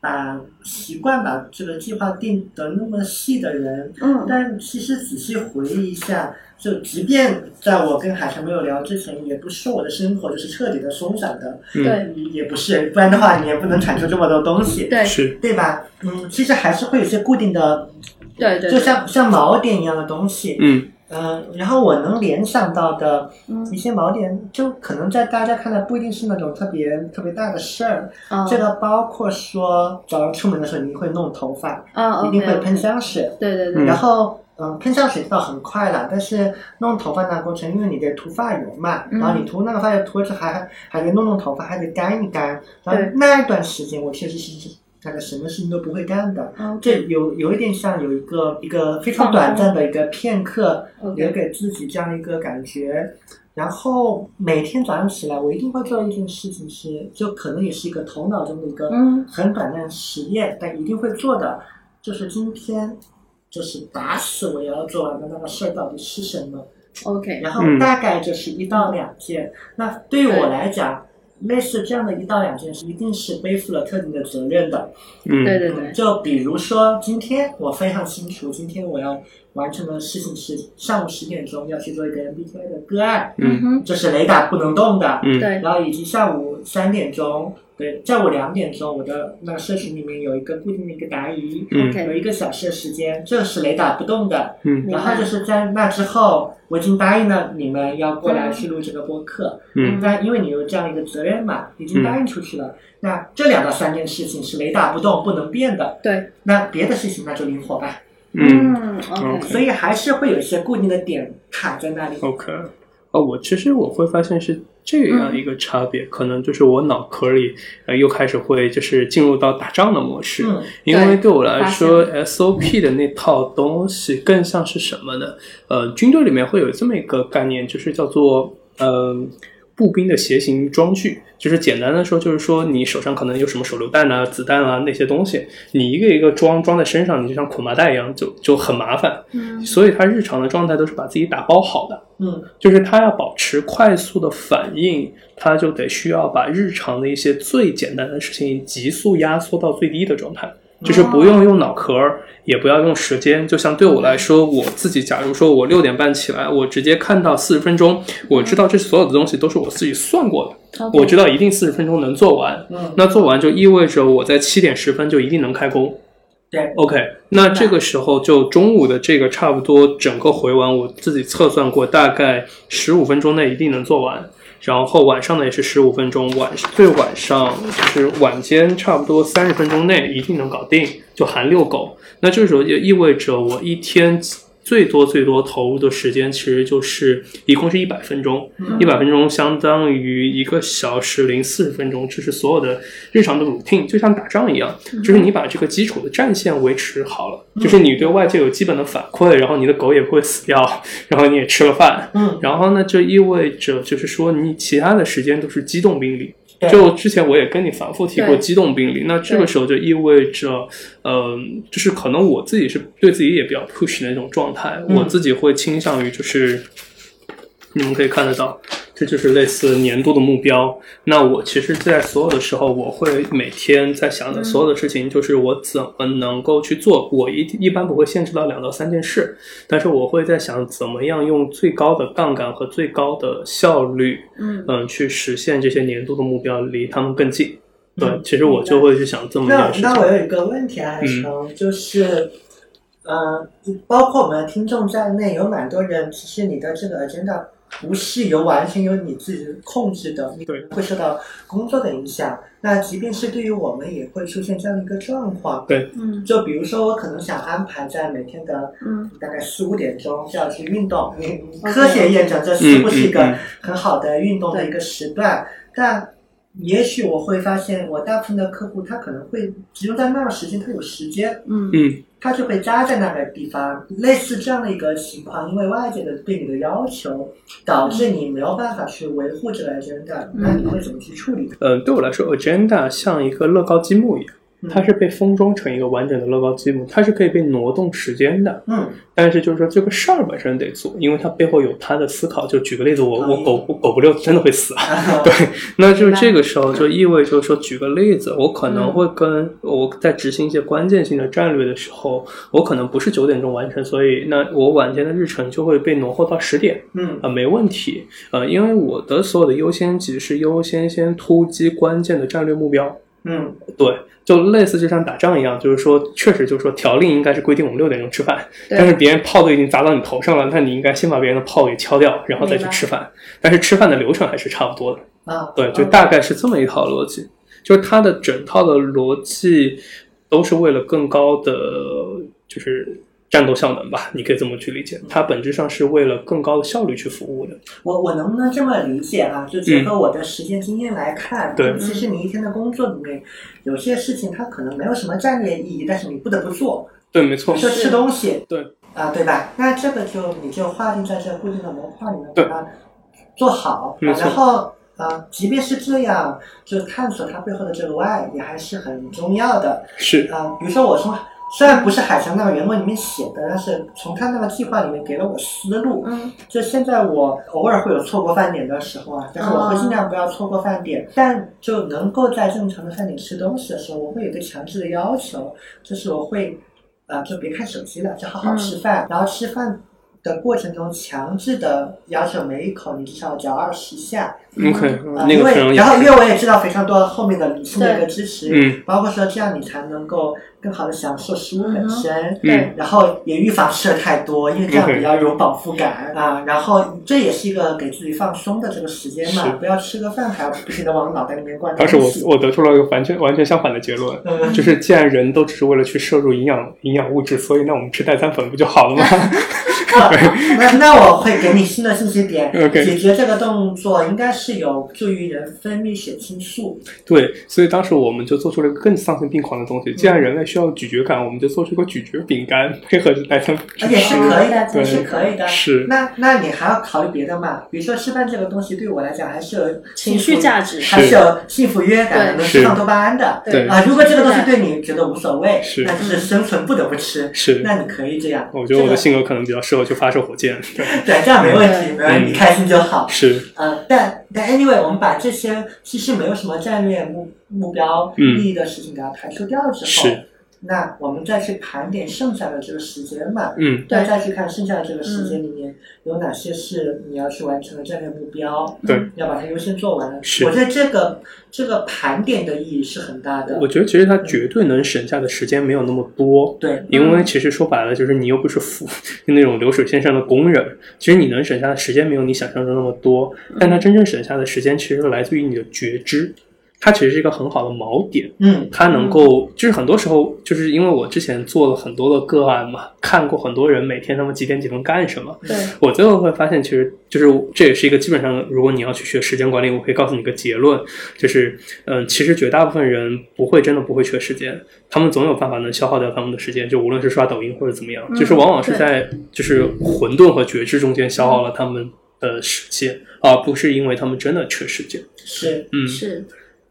[SPEAKER 4] 把习惯把这个计划定得那么细的人。
[SPEAKER 1] 嗯
[SPEAKER 4] 但其实仔细回忆一下，就即便在我跟海神没有聊之前，也不是说我的生活就是彻底的松散的，
[SPEAKER 3] 嗯
[SPEAKER 1] 对
[SPEAKER 4] 也不是，不然的话你也不能产出这么多东西，
[SPEAKER 1] 对
[SPEAKER 3] 是，
[SPEAKER 4] 对吧？嗯，其实还是会有一些固定的，
[SPEAKER 1] 对对，
[SPEAKER 4] 就像像锚点一样的东西，
[SPEAKER 3] 嗯
[SPEAKER 4] 呃，然后我能联想到的
[SPEAKER 1] 嗯
[SPEAKER 4] 一些锚点，就可能在大家看来不一定是那种特别特别大的事儿。
[SPEAKER 1] 嗯
[SPEAKER 4] 这个包括说，早上出门的时候你会弄头发，
[SPEAKER 1] 嗯，OK，
[SPEAKER 4] 一定会喷香水，
[SPEAKER 1] 对对
[SPEAKER 3] 嗯
[SPEAKER 1] 对，
[SPEAKER 4] 然后。嗯，喷香水倒很快了，但是弄头发那过程，因为你得涂发油嘛，
[SPEAKER 1] 嗯
[SPEAKER 4] 然后你涂那个发油涂了之后还还得弄弄头发，还得干一干。然后
[SPEAKER 1] 对
[SPEAKER 4] 那一段时间，我确实是大概什么事情都不会干的，
[SPEAKER 1] 嗯
[SPEAKER 4] 这有有一点像有一个一个非常短暂的一个片刻，
[SPEAKER 1] OK
[SPEAKER 4] 留给自己这样一个感觉。然后每天早上起来，我一定会做一件事情是，就可能也是一个头脑中的一个
[SPEAKER 1] 嗯
[SPEAKER 4] 很短暂的实验，但一定会做的，就是今天就是打死我也要做完的那个事儿到底是什么。
[SPEAKER 1] OK，
[SPEAKER 4] 然后
[SPEAKER 3] 嗯
[SPEAKER 4] 大概就是一到两件。那对于我
[SPEAKER 1] 对
[SPEAKER 4] 来讲，类似这样的一到两件事，一定是背负了特定的责任的。
[SPEAKER 3] 嗯，
[SPEAKER 1] 对对
[SPEAKER 4] 嗯，
[SPEAKER 1] 对，
[SPEAKER 4] 就比如说今天我非常清楚，今天我要完成的事情是上午十点钟要去做一个 MBTI 的个案，
[SPEAKER 3] 嗯
[SPEAKER 1] 哼，
[SPEAKER 4] 这是雷达不能动的。
[SPEAKER 3] 嗯，
[SPEAKER 1] 对，
[SPEAKER 4] 然后以及下午三点钟，对，下午两点钟，我的那社群里面有一个固定的一个答疑，
[SPEAKER 3] 嗯
[SPEAKER 1] OK
[SPEAKER 4] 有一个小时的时间，这是雷打不动的。
[SPEAKER 3] 嗯
[SPEAKER 4] 然后就是在那之后，我已经答应了你们要过来去录这个播客，
[SPEAKER 3] 嗯
[SPEAKER 4] 那因为你有这样一个责任嘛，已经答应出去了。
[SPEAKER 1] 嗯
[SPEAKER 4] 那这两到三件事情是雷打不动、不能变的。
[SPEAKER 1] 对，
[SPEAKER 4] 那别的事情那就灵活吧。
[SPEAKER 3] 嗯
[SPEAKER 1] ，OK，
[SPEAKER 4] 所以还是会有一些固定的点卡在那里。
[SPEAKER 3] ，OK。哦，我其实我会发现是这样一个差别，可能就是我脑壳里呃又开始会就是进入到打仗的模式，
[SPEAKER 4] 嗯
[SPEAKER 3] 因为
[SPEAKER 1] 对
[SPEAKER 3] 对我来
[SPEAKER 1] 发
[SPEAKER 3] 说，SOP 的那套东西更像是什么呢？呃，军队里面会有这么一个概念，就是叫做呃步兵的鞋型装具，就是简单的说，就是说你手上可能有什么手榴弹啊、子弹啊那些东西，你一个一个装装在身上，你就像捆麻袋一样，就就很麻烦。
[SPEAKER 1] 嗯
[SPEAKER 3] 所以他日常的状态都是把自己打包好的。
[SPEAKER 4] 嗯
[SPEAKER 3] 就是他要保持快速的反应，他就得需要把日常的一些最简单的事情急速压缩到最低的状态，就是
[SPEAKER 1] 哦
[SPEAKER 3] 不用用脑壳儿，也不要用时间。就像对我来说，我自己假如说我六点半起来，我直接看到四十分钟，我知道这所有的东西都是我自己算过的，
[SPEAKER 1] 哦 OK，
[SPEAKER 3] 我知道一定四十分钟能做完。
[SPEAKER 4] 嗯，
[SPEAKER 3] 那做完就意味着我在七点十分就一定能开工。
[SPEAKER 4] 对，
[SPEAKER 3] OK，那这个时候就中午的这个差不多整个回完，我自己测算过，大概十五分钟内一定能做完。然后晚上呢也是十五分钟，晚最晚上就是晚间差不多三十分钟内一定能搞定，就含遛狗。那这时候就意味着我一天最多最多投入的时间其实就是一共是一百分钟，一百分钟相当于一个小时零四十分钟，这是所有的日常的 routine，就像打仗一样，就是你把这个基础的战线维持好了，就是你对外界有基本的反馈，然后你的狗也不会死掉，然后你也吃了饭，
[SPEAKER 4] 嗯
[SPEAKER 3] 然后呢，这意味着就是说你其他的时间都是机动兵力。
[SPEAKER 4] 对
[SPEAKER 3] 就之前我也跟你反复提过
[SPEAKER 1] 对
[SPEAKER 3] 机动兵力，那这个时候就意味着，呃，就是可能我自己是对自己也比较 push 的那种状态，
[SPEAKER 4] 嗯
[SPEAKER 3] 我自己会倾向于就是，你们可以看得到，这就是类似年度的目标。那我其实，在所有的时候，我会每天在想
[SPEAKER 4] 嗯
[SPEAKER 3] 的所有的事情，就是我怎么能够去做。我一一般不会限制到两到三件事，但是我会在想怎么样用最高的杠杆和最高的效率，
[SPEAKER 1] 嗯
[SPEAKER 3] 嗯，去实现这些年度的目标，离他们更近。对
[SPEAKER 4] 嗯，
[SPEAKER 3] 其实我就会去想这么一
[SPEAKER 4] 那
[SPEAKER 3] 件事
[SPEAKER 4] 那
[SPEAKER 3] 情。
[SPEAKER 4] 我有一个问题啊，海城，就是，呃，包括我们听众在内，有蛮多人，其实你的这个 agenda 不是由完全由你自己控制的，你可能会受到工作的影响。那即便是对于我们，也会出现这样的一个状况。
[SPEAKER 1] 嗯
[SPEAKER 4] 就比如说，我可能想安排在每天的
[SPEAKER 1] 嗯
[SPEAKER 4] 大概四五点钟就要去运动，你你科学验证这是
[SPEAKER 3] 嗯
[SPEAKER 4] 不是一
[SPEAKER 3] 嗯
[SPEAKER 4] 个
[SPEAKER 3] 嗯
[SPEAKER 4] 很好的运动的一个时段？但也许我会发现，我大部分的客户他可能会集中在那个时间，他有时间，
[SPEAKER 1] 嗯
[SPEAKER 3] 嗯
[SPEAKER 4] 他就会扎在那个地方。类似这样的一个情况，因为外界的对你的要求，导致你没有办法去维护这个嗯 agenda，那你会怎么去处理它？
[SPEAKER 3] 呃，对我来说，agenda 像一个乐高积木一样，
[SPEAKER 4] 嗯
[SPEAKER 3] 它是被封装成一个完整的乐高积木，它是可以被挪动时间的。
[SPEAKER 4] 嗯
[SPEAKER 3] 但是就是说这个事儿本身得做，因为它背后有它的思考。就举个例子，我我
[SPEAKER 4] 嗯
[SPEAKER 3] 狗不狗不遛真的会死啊。对，那就是这个时候就意味着说，举个例子，我可能会跟我在执行一些关键性的战略的时候，我可能不是九点钟完成，所以那我晚间的日程就会被挪后到十点。
[SPEAKER 4] 嗯
[SPEAKER 3] 啊，没问题。呃呃，因为我的所有的优先级是优先先突击关键的战略目标。
[SPEAKER 4] 嗯嗯
[SPEAKER 3] 就类似就像打仗一样，就是说，确实就是说，条令应该是规定我们六点钟吃饭，
[SPEAKER 1] 对
[SPEAKER 3] 但是别人炮都已经砸到你头上了，那你应该先把别人的炮给敲掉，然后再去吃饭。但是吃饭的流程还是差不多的，
[SPEAKER 1] 啊，
[SPEAKER 3] 对，
[SPEAKER 4] 嗯
[SPEAKER 3] 就大概是这么一套逻辑。就是它的整套的逻辑都是为了更高的就是战斗效能吧，你可以这么去理解。它本质上是为了更高的效率去服务的。
[SPEAKER 4] 我我能不能这么理解啊？就结合我的实践经验来看，
[SPEAKER 3] 嗯对
[SPEAKER 4] 其实你一天的工作里面，有些事情它可能没有什么战略意义，但是你不得不做，
[SPEAKER 3] 对，没
[SPEAKER 4] 比
[SPEAKER 3] 错
[SPEAKER 4] 如。说吃东西，
[SPEAKER 3] 哦对，
[SPEAKER 4] 啊，对吧？那这个就你就划定在这固定的模块里面，
[SPEAKER 3] 对
[SPEAKER 4] 把它做好，
[SPEAKER 3] 没
[SPEAKER 4] 啊
[SPEAKER 3] 错
[SPEAKER 4] 然后。啊，即便是这样，就探索它背后的这个 why 也还是很重要的。
[SPEAKER 3] 是，
[SPEAKER 4] 啊、比如说我从虽然不是海翔那个原文里面写的，但是从他那个计划里面给了我思路。
[SPEAKER 1] 嗯
[SPEAKER 4] 就现在我偶尔会有错过饭点的时候啊，但是我会尽量不要错过饭点，但就能够在正常的饭点吃东西的时候，我会有一个强制的要求，就是我会啊、就别看手机了，就好好吃饭，然后吃饭。的过程中，强制的要求每一口你至少嚼二十下，
[SPEAKER 3] 嗯
[SPEAKER 1] 嗯
[SPEAKER 3] OK，、
[SPEAKER 4] 啊
[SPEAKER 3] 那
[SPEAKER 4] 因
[SPEAKER 3] 个
[SPEAKER 4] 为
[SPEAKER 3] 非常有
[SPEAKER 4] 然后因为我也知道非常多后面的理性的一个支持，
[SPEAKER 3] 嗯
[SPEAKER 4] 包括说这样你才能够更好的享受食物本身，
[SPEAKER 3] 嗯
[SPEAKER 1] 对，
[SPEAKER 4] 然后也预防吃的太多，因为这样比较有饱腹
[SPEAKER 3] <laughs>
[SPEAKER 4] 感啊。然后这也是一个给自己放松的这个时间
[SPEAKER 3] 是
[SPEAKER 4] 嘛，不要吃个饭还要不停的往脑袋里面灌东
[SPEAKER 3] 当
[SPEAKER 4] 西。
[SPEAKER 3] 时我我得出了一个完全完全相反的结论。<laughs>
[SPEAKER 4] 嗯
[SPEAKER 3] 就是既然人都只是为了去摄入营养营养物质，所以那我们吃代餐粉不就好了吗？ <laughs>
[SPEAKER 4] 那那我会给你新的信息点。
[SPEAKER 3] <laughs> OK
[SPEAKER 4] 解决这个动作应该是有助于人分泌血清素。
[SPEAKER 3] 对，所以当时我们就做出了一个更丧心病狂的东西。既然人类需要咀嚼感，我们就做出一个咀嚼饼干，配合着代餐粉
[SPEAKER 4] 而
[SPEAKER 3] 去
[SPEAKER 4] 且是
[SPEAKER 3] 吃。
[SPEAKER 4] 可
[SPEAKER 1] 对
[SPEAKER 4] 以的，是可以的。
[SPEAKER 3] 是
[SPEAKER 4] 那那你还要考虑别的嘛？比如说吃饭这个东西对我来讲还是有
[SPEAKER 1] 情绪价值
[SPEAKER 4] 还是有幸福愉悦感的，能释放多巴胺的。
[SPEAKER 3] 对
[SPEAKER 4] 啊，如果这个东西对你觉得无所谓
[SPEAKER 3] 是，
[SPEAKER 4] 那就是生存不得不吃，
[SPEAKER 3] 是，哦
[SPEAKER 4] 那你可以这样。
[SPEAKER 3] 我觉得我的
[SPEAKER 4] 这
[SPEAKER 3] 性格可能比较适合去发射火箭。对
[SPEAKER 4] 个对这样没问题，
[SPEAKER 1] 嗯
[SPEAKER 4] 没问题，
[SPEAKER 3] 嗯
[SPEAKER 4] 开心就好。
[SPEAKER 3] <laughs> 是，
[SPEAKER 4] 呃，但但 anyway，我们把这些其实没有什么战略目目标
[SPEAKER 3] 嗯
[SPEAKER 4] 意义的事情给它排除掉之后，
[SPEAKER 3] 是
[SPEAKER 4] 那我们再去盘点剩下的这个时间嘛。
[SPEAKER 3] 嗯，
[SPEAKER 4] 再再去看剩下的这个时间里面、有哪些是你要去完成的战略目标，
[SPEAKER 3] 对。
[SPEAKER 4] 要把它优先做完。
[SPEAKER 3] 是
[SPEAKER 4] 我觉得这个这个盘点的意义是很大的
[SPEAKER 3] 我。觉得其实它绝对能省下的时间没有那么多。
[SPEAKER 4] 对，
[SPEAKER 3] 因为其实说白了，就是你又不是服那种流水线上的工人，其实你能省下的时间没有你想象中那么多，但它真正省下的时间其实来自于你的觉知，它其实是一个很好的锚点。
[SPEAKER 4] 嗯
[SPEAKER 3] 他能够，就是很多时候，就是因为我之前做了很多的个案嘛，看过很多人每天他们几点几分干什么，
[SPEAKER 1] 对，
[SPEAKER 3] 我最后会发现，其实就是这也是一个基本上，如果你要去学时间管理，我可以告诉你一个结论，就是，嗯、其实绝大部分人不会真的不会缺时间，他们总有办法能消耗掉他们的时间，就无论是刷抖音或者怎么样，
[SPEAKER 1] 嗯
[SPEAKER 3] 就是往往是
[SPEAKER 1] 对
[SPEAKER 3] 在就是混沌和觉知中间消耗了他们的时间，而不是因为他们真的缺时间。
[SPEAKER 4] 是
[SPEAKER 3] 嗯，
[SPEAKER 1] 是，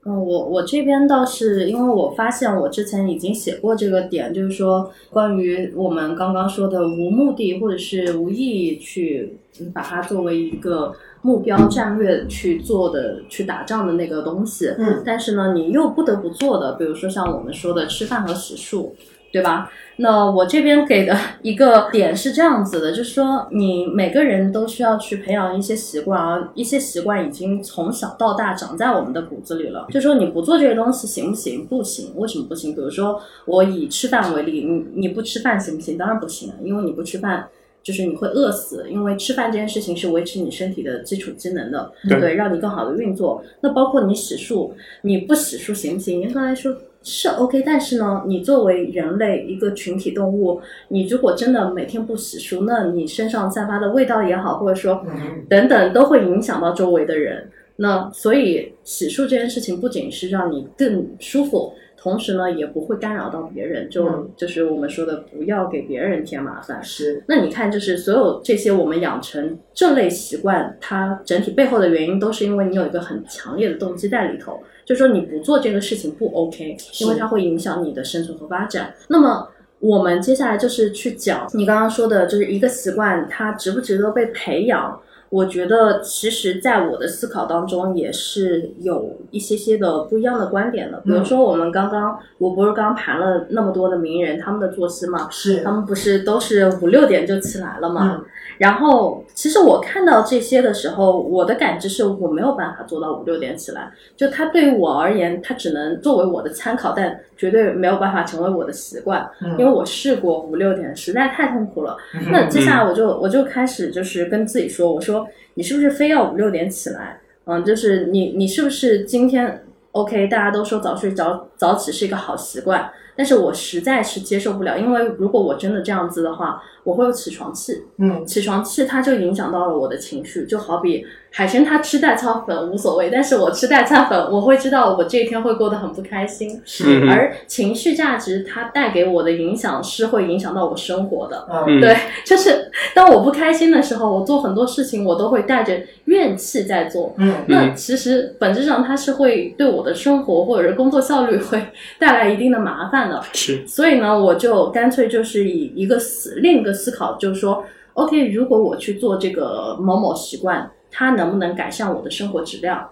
[SPEAKER 1] 嗯，我我这边倒是因为我发现我之前已经写过这个点，就是说关于我们刚刚说的无目的或者是无意义去嗯把它作为一个目标战略去做的去打仗的那个东西，
[SPEAKER 4] 嗯
[SPEAKER 1] 但是呢，你又不得不做的，比如说像我们说的吃饭和洗漱，对吧？那我这边给的一个点是这样子的，就是说你每个人都需要去培养一些习惯啊，一些习惯已经从小到大长在我们的骨子里了。就说你不做这个东西行不行？不行，为什么不行？比如说我以吃饭为例，你你不吃饭行不行？当然不行啊，因为你不吃饭。就是你会饿死，因为吃饭这件事情是维持你身体的基础机能的，
[SPEAKER 3] 对
[SPEAKER 1] 对，让你更好的运作。那包括你洗漱，你不洗漱行不行？严格来说是 OK，但是呢，你作为人类一个群体动物，你如果真的每天不洗漱，那你身上散发的味道也好，或者说
[SPEAKER 4] 嗯
[SPEAKER 1] 等等，都会影响到周围的人。那所以洗漱这件事情不仅是让你更舒服，同时呢也不会干扰到别人，就、
[SPEAKER 4] 嗯
[SPEAKER 1] 就是我们说的不要给别人添麻烦。
[SPEAKER 4] 是
[SPEAKER 1] 那你看，就是所有这些我们养成这类习惯，它整体背后的原因都是因为你有一个很强烈的动机在里头，就说你不做这个事情不 OK，因为它会影响你的生存和发展。那么我们接下来就是去讲你刚刚说的，就是一个习惯它值不值得被培养。我觉得其实，在我的思考当中，也是有一些些的不一样的观点的。比如说，我们刚刚，我不是刚盘了那么多的名人他们的作息嘛，
[SPEAKER 4] 是
[SPEAKER 1] 他们不是都是五六点就起来了嘛？
[SPEAKER 4] 嗯
[SPEAKER 1] 然后，其实我看到这些的时候，我的感知是我没有办法做到五六点起来。就它对于我而言，它只能作为我的参考，但绝对没有办法成为我的习惯。
[SPEAKER 4] 嗯
[SPEAKER 1] 因为我试过五六点，实在太痛苦了。那接下来我就我就开始就是跟自己说，我说你是不是非要五六点起来？嗯，就是你你是不是今天 OK？大家都说早睡早早起是一个好习惯，但是我实在是接受不了，因为如果我真的这样子的话，我会有起床气。
[SPEAKER 4] 嗯
[SPEAKER 1] 起床气它就影响到了我的情绪，就好比海参他吃代餐粉无所谓，但是我吃代餐粉，我会知道我这一天会过得很不开心。
[SPEAKER 3] 嗯
[SPEAKER 1] 而情绪价值它带给我的影响是会影响到我生活的，
[SPEAKER 4] 嗯
[SPEAKER 3] 嗯
[SPEAKER 1] 对，就是当我不开心的时候，我做很多事情我都会带着怨气在做，
[SPEAKER 4] 嗯
[SPEAKER 1] 那其实本质上它是会对我的生活或者是工作效率会带来一定的麻烦的。
[SPEAKER 3] 是
[SPEAKER 1] 所以呢，我就干脆就是以一个思另一个思考，就是说，OK，如果我去做这个某某习惯，它能不能改善我的生活质量？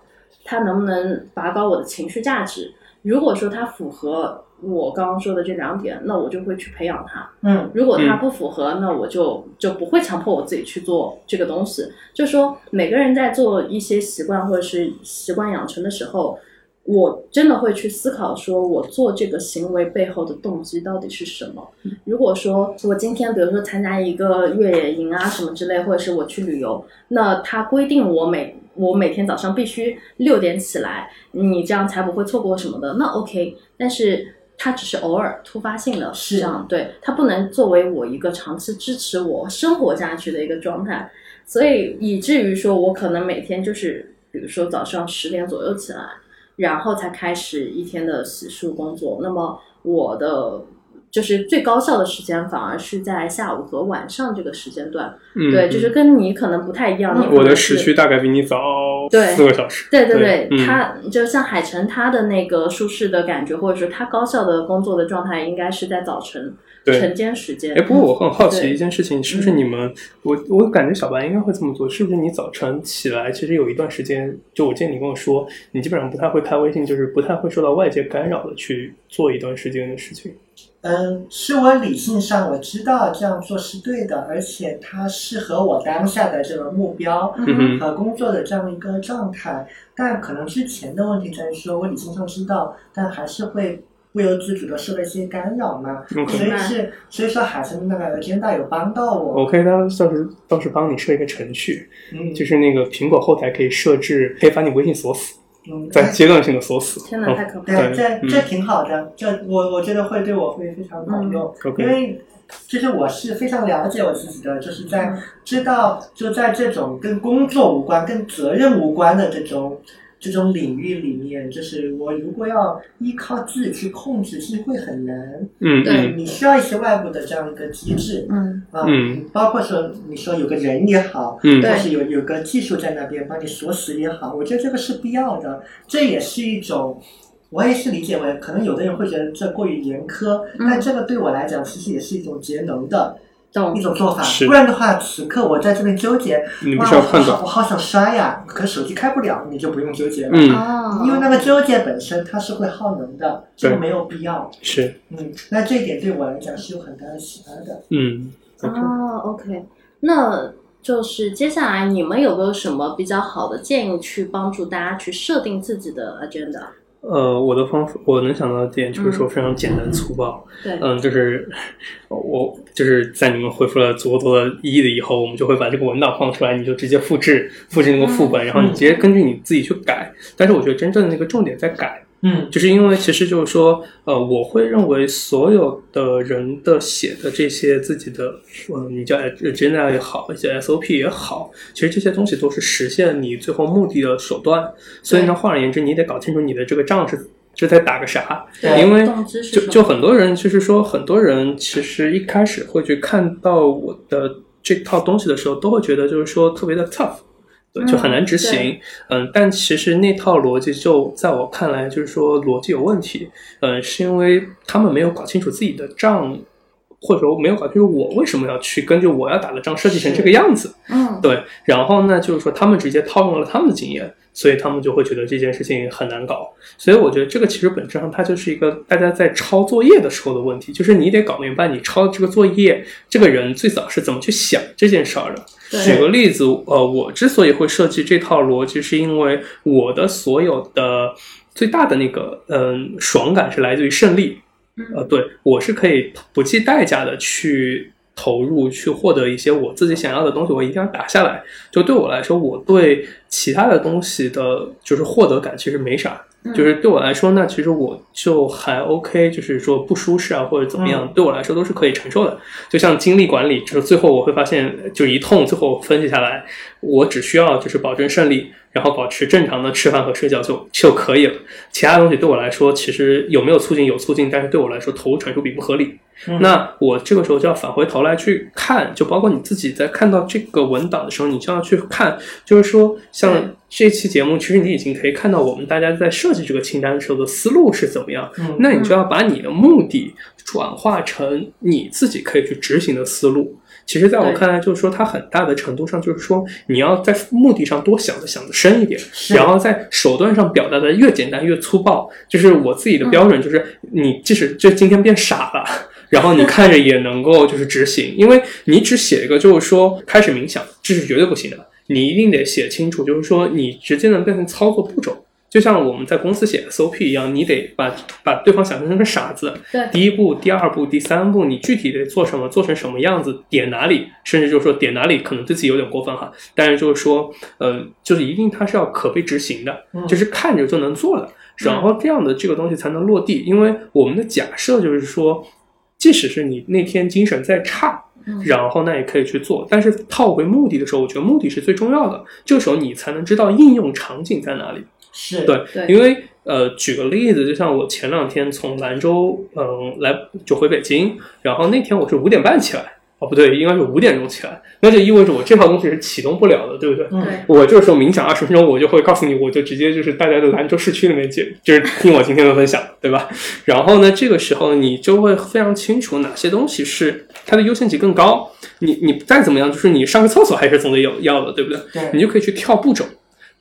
[SPEAKER 1] 它能不能拔高我的情绪价值？如果说它符合我刚刚说的这两点，那我就会去培养它。
[SPEAKER 4] 嗯
[SPEAKER 1] 如果它
[SPEAKER 3] 嗯
[SPEAKER 1] 不符合，那我就就不会强迫我自己去做这个东西。就说每个人在做一些习惯或者是习惯养成的时候，我真的会去思考，说我做这个行为背后的动机到底是什么。如果说我今天比如说参加一个越野营啊什么之类，或者是我去旅游，那它规定我每我每天早上必须六点起来，你这样才不会错过什么的。那 OK，但是它只是偶尔突发性的
[SPEAKER 4] 是
[SPEAKER 1] 这样，对它不能作为我一个长期支持我生活下去的一个状态，所以以至于说我可能每天就是比如说早上十点左右起来，然后才开始一天的洗漱工作。那么我的。就是最高效的时间，反而是在下午和晚上这个时间段。
[SPEAKER 3] 嗯
[SPEAKER 1] 对，就是跟你可能不太一样。你可能
[SPEAKER 3] 我的
[SPEAKER 1] 是
[SPEAKER 3] 时区大概比你早
[SPEAKER 1] 对
[SPEAKER 3] 四个小时。
[SPEAKER 1] 对对对，
[SPEAKER 3] 嗯
[SPEAKER 1] 他就像海晨，他的那个舒适的感觉，或者是他高效的工作的状态，应该是在早晨
[SPEAKER 3] 对
[SPEAKER 1] 晨间时间。
[SPEAKER 3] 哎，不过我很好奇
[SPEAKER 1] 对嗯
[SPEAKER 3] 一件事情，是不是你们，我我感觉小白应该会这么做，是不是你早晨起来，其实有一段时间，就我见你跟我说，你基本上不太会开微信，就是不太会受到外界干扰的去做一段时间的事情。
[SPEAKER 4] 嗯，是我理性上我知道这样做是对的，而且它适合我当下的这个目标。
[SPEAKER 1] 嗯哼
[SPEAKER 4] 和工作的这样一个状态。但可能之前的问题在于说，我理性上知道，但还是会不由自主的受到一些干扰嘛。
[SPEAKER 3] 有可
[SPEAKER 4] 所
[SPEAKER 3] 能。
[SPEAKER 4] 以是，所以说海参的那个 agenda 有帮到我，
[SPEAKER 3] 我可以到到时到时帮你设一个程序，
[SPEAKER 4] 嗯，
[SPEAKER 3] 就是那个苹果后台可以设置，可以把你微信锁死，
[SPEAKER 4] 嗯，
[SPEAKER 3] 在阶段性的锁死。
[SPEAKER 1] 天哪，太可怕了！
[SPEAKER 4] 对，
[SPEAKER 3] 对
[SPEAKER 4] 这
[SPEAKER 3] 嗯
[SPEAKER 4] 这挺好的，这我我觉得会对我会非常管用，
[SPEAKER 3] 嗯，OK
[SPEAKER 4] 因为就是我是非常了解我自己的，就是在知道就在这种跟工作无关、跟责任无关的这种这种领域里面，就是我如果要依靠自己去控制，其实会很难。
[SPEAKER 3] 嗯
[SPEAKER 1] 对
[SPEAKER 3] 嗯
[SPEAKER 4] 你需要一些外部的这样一个机制
[SPEAKER 1] 嗯，
[SPEAKER 4] 啊，
[SPEAKER 3] 嗯
[SPEAKER 4] 包括说你说有个人也好，
[SPEAKER 3] 嗯
[SPEAKER 4] 或是有有个技术在那边帮你锁死也好，我觉得这个是必要的，这也是一种。我也是理解为，可能有的人会觉得这过于严苛，
[SPEAKER 1] 嗯
[SPEAKER 4] 但这个对我来讲，其实也是一种节能的
[SPEAKER 1] 懂
[SPEAKER 4] 一。种做法。
[SPEAKER 3] 哦是
[SPEAKER 4] 不然的话，此刻我在这边纠结，
[SPEAKER 3] 你不
[SPEAKER 4] 哇，
[SPEAKER 3] 需要
[SPEAKER 4] 我好
[SPEAKER 3] 判断
[SPEAKER 4] 我好想刷呀，可手机开不了，你就不用纠结了，
[SPEAKER 3] 嗯，
[SPEAKER 1] 哦，
[SPEAKER 4] 因为那个纠结本身它是会耗能的，这个
[SPEAKER 3] 对
[SPEAKER 4] 没有必要。
[SPEAKER 3] 是，
[SPEAKER 4] 嗯，那这一点对我来讲是有很大的启发的。
[SPEAKER 3] 嗯
[SPEAKER 1] 哦，OK，那就是接下来你们有没有什么比较好的建议去帮助大家去设定自己的 agenda？
[SPEAKER 3] 呃，我的方法我能想到的点就是说非常简单粗暴，
[SPEAKER 1] 对，
[SPEAKER 3] 嗯，就是我就是在你们回复了足够多的意义的以后，我们就会把这个文档放出来，你就直接复制复制那个副本，然后你直接根据你自己去改。但是我觉得真正的那个重点在改。
[SPEAKER 4] 嗯
[SPEAKER 3] 就是因为其实就是说，呃，我会认为所有的人的写的这些自己的，呃，你叫 agenda 也好，一些 SOP 也好，其实这些东西都是实现你最后目的的手段。所以呢，换而言之，你得搞清楚你的这个仗是是在打个啥，
[SPEAKER 4] 对
[SPEAKER 3] 因为
[SPEAKER 1] 动知是
[SPEAKER 3] 就
[SPEAKER 1] 什么
[SPEAKER 3] 就很多人就是说，很多人其实一开始会去看到我的这套东西的时候，都会觉得就是说特别的 tough。对，就很难执行，嗯但其实那套逻辑就在我看来，就是说逻辑有问题，嗯、是因为他们没有搞清楚自己的账或者我没有搞清楚我为什么要去根据我要打的仗设计成这个样子。
[SPEAKER 2] 嗯，
[SPEAKER 3] 对，然后呢，就是说他们直接套用了他们的经验，所以他们就会觉得这件事情很难搞。所以我觉得这个其实本质上它就是一个大家在抄作业的时候的问题，就是你得搞明白你抄的这个作业，这个人最早是怎么去想这件事儿的。举个例子，呃，我之所以会设计这套逻辑，是因为我的所有的最大的那个嗯、爽感是来自于胜利。呃，对我是可以不计代价的去投入，去获得一些我自己想要的东西，我一定要打下来。就对我来说，我对其他的东西的，就是获得感其实没啥。就是对我来说呢，其实我就还 OK，就是说不舒适啊或者怎么样，对我来说都是可以承受的。就像精力管理，就是最后我会发现，就一通最后分析下来，我只需要就是保证胜利，然后保持正常的吃饭和睡觉就就可以了。其他东西对我来说，其实有没有促进有促进，但是对我来说投入产出比不合理。
[SPEAKER 4] 嗯
[SPEAKER 3] 那我这个时候就要返回头来去看，就包括你自己在看到这个文档的时候，你就要去看，就是说
[SPEAKER 2] 对
[SPEAKER 3] 像这期节目，其实你已经可以看到我们大家在设计这个清单的时候的思路是怎么样。
[SPEAKER 4] 嗯
[SPEAKER 3] 那你就要把你的目的转化成你自己可以去执行的思路。其实，在我
[SPEAKER 1] 对
[SPEAKER 3] 看来，就是说，它很大的程度上就是说，你要在目的上多想的想的深一点，
[SPEAKER 4] 是
[SPEAKER 3] 然后在手段上表达的越简单越粗暴。就是我自己的标准，就是你即使就今天变傻了，然后你看着也能够就是执行，因为你只写一个就是说开始冥想，这是绝对不行的。你一定得写清楚，就是说你直接能变成操作步骤，就像我们在公司写 SOP 一样，你得把把对方想象成个傻子。
[SPEAKER 2] 对
[SPEAKER 3] 第一步、第二步、第三步，你具体得做什么，做成什么样子，点哪里，甚至就是说点哪里可能对自己有点过分哈，但是就是说，呃，就是一定它是要可被执行的，
[SPEAKER 4] 嗯
[SPEAKER 3] 就是看着就能做的，
[SPEAKER 2] 嗯
[SPEAKER 3] 然后这样的这个东西才能落地。因为我们的假设就是说，即使是你那天精神再差
[SPEAKER 2] 嗯。
[SPEAKER 3] 然后那也可以去做，但是套回目的的时候，我觉得目的是最重要的。这个时候你才能知道应用场景在哪里。
[SPEAKER 4] 是
[SPEAKER 3] 对，
[SPEAKER 2] 对
[SPEAKER 3] 因为呃，举个例子，就像我前两天从兰州嗯、来就回北京，然后那天我是五点半起来，哦不对，应该是五点钟起来，那就意味着我这套东西是启动不了的，对不对？
[SPEAKER 4] 嗯
[SPEAKER 2] 对
[SPEAKER 3] 我这个时候冥想二十分钟，我就会告诉你，我就直接就是大家在兰州市区里面解，就是听我今天的分享，对吧？然后呢，这个时候你就会非常清楚哪些东西是它的优先级更高，你你再怎么样，就是你上个厕所还是总得有要的，对不对？
[SPEAKER 4] 对
[SPEAKER 3] 你就可以去跳步骤，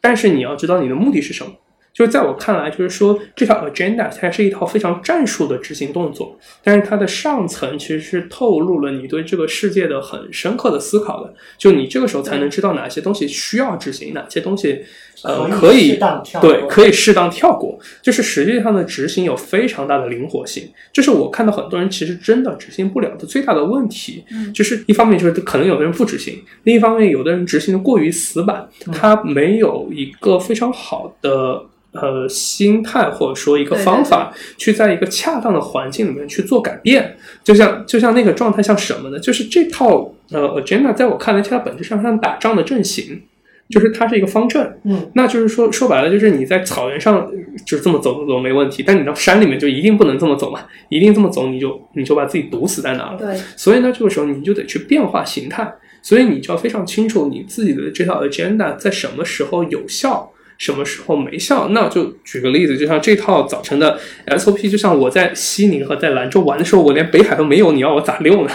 [SPEAKER 3] 但是你要知道你的目的是什么。就是在我看来，就是说这条 agenda 它是一套非常战术的执行动作，但是它的上层其实是透露了你对这个世界的很深刻的思考的。就你这个时候才能知道哪些东西需要执行，哪些东西呃
[SPEAKER 4] 可
[SPEAKER 3] 可
[SPEAKER 4] 以
[SPEAKER 3] 以
[SPEAKER 4] 适当跳过
[SPEAKER 3] 对可以适当跳过。就是实际上的执行有非常大的灵活性，这是我看到很多人其实真的执行不了的最大的问题。
[SPEAKER 2] 嗯
[SPEAKER 3] 就是一方面就是可能有的人不执行，另一方面有的人执行的过于死板，
[SPEAKER 4] 嗯
[SPEAKER 3] 他没有一个非常好的。呃，心态或者说一个
[SPEAKER 2] 对对
[SPEAKER 3] 方法，去在一个恰当的环境里面去做改变，就像就像那个状态像什么呢？就是这套呃 agenda 在我看来，它本质上像打仗的阵型，就是它是一个方阵。
[SPEAKER 4] 嗯
[SPEAKER 3] 那就是说说白了，就是你在草原上呃就这么走走走没问题，但你到山里面就一定不能这么走嘛，一定这么走你就你就把自己堵死在哪了。
[SPEAKER 2] 对，
[SPEAKER 3] 所以呢，这个时候你就得去变化形态，所以你就要非常清楚你自己的这套 agenda 在什么时候有效，什么时候没效。那就举个例子，就像这套早晨的 SOP，就像我在西宁和在兰州玩的时候，我连北海都没有，你要我咋溜呢？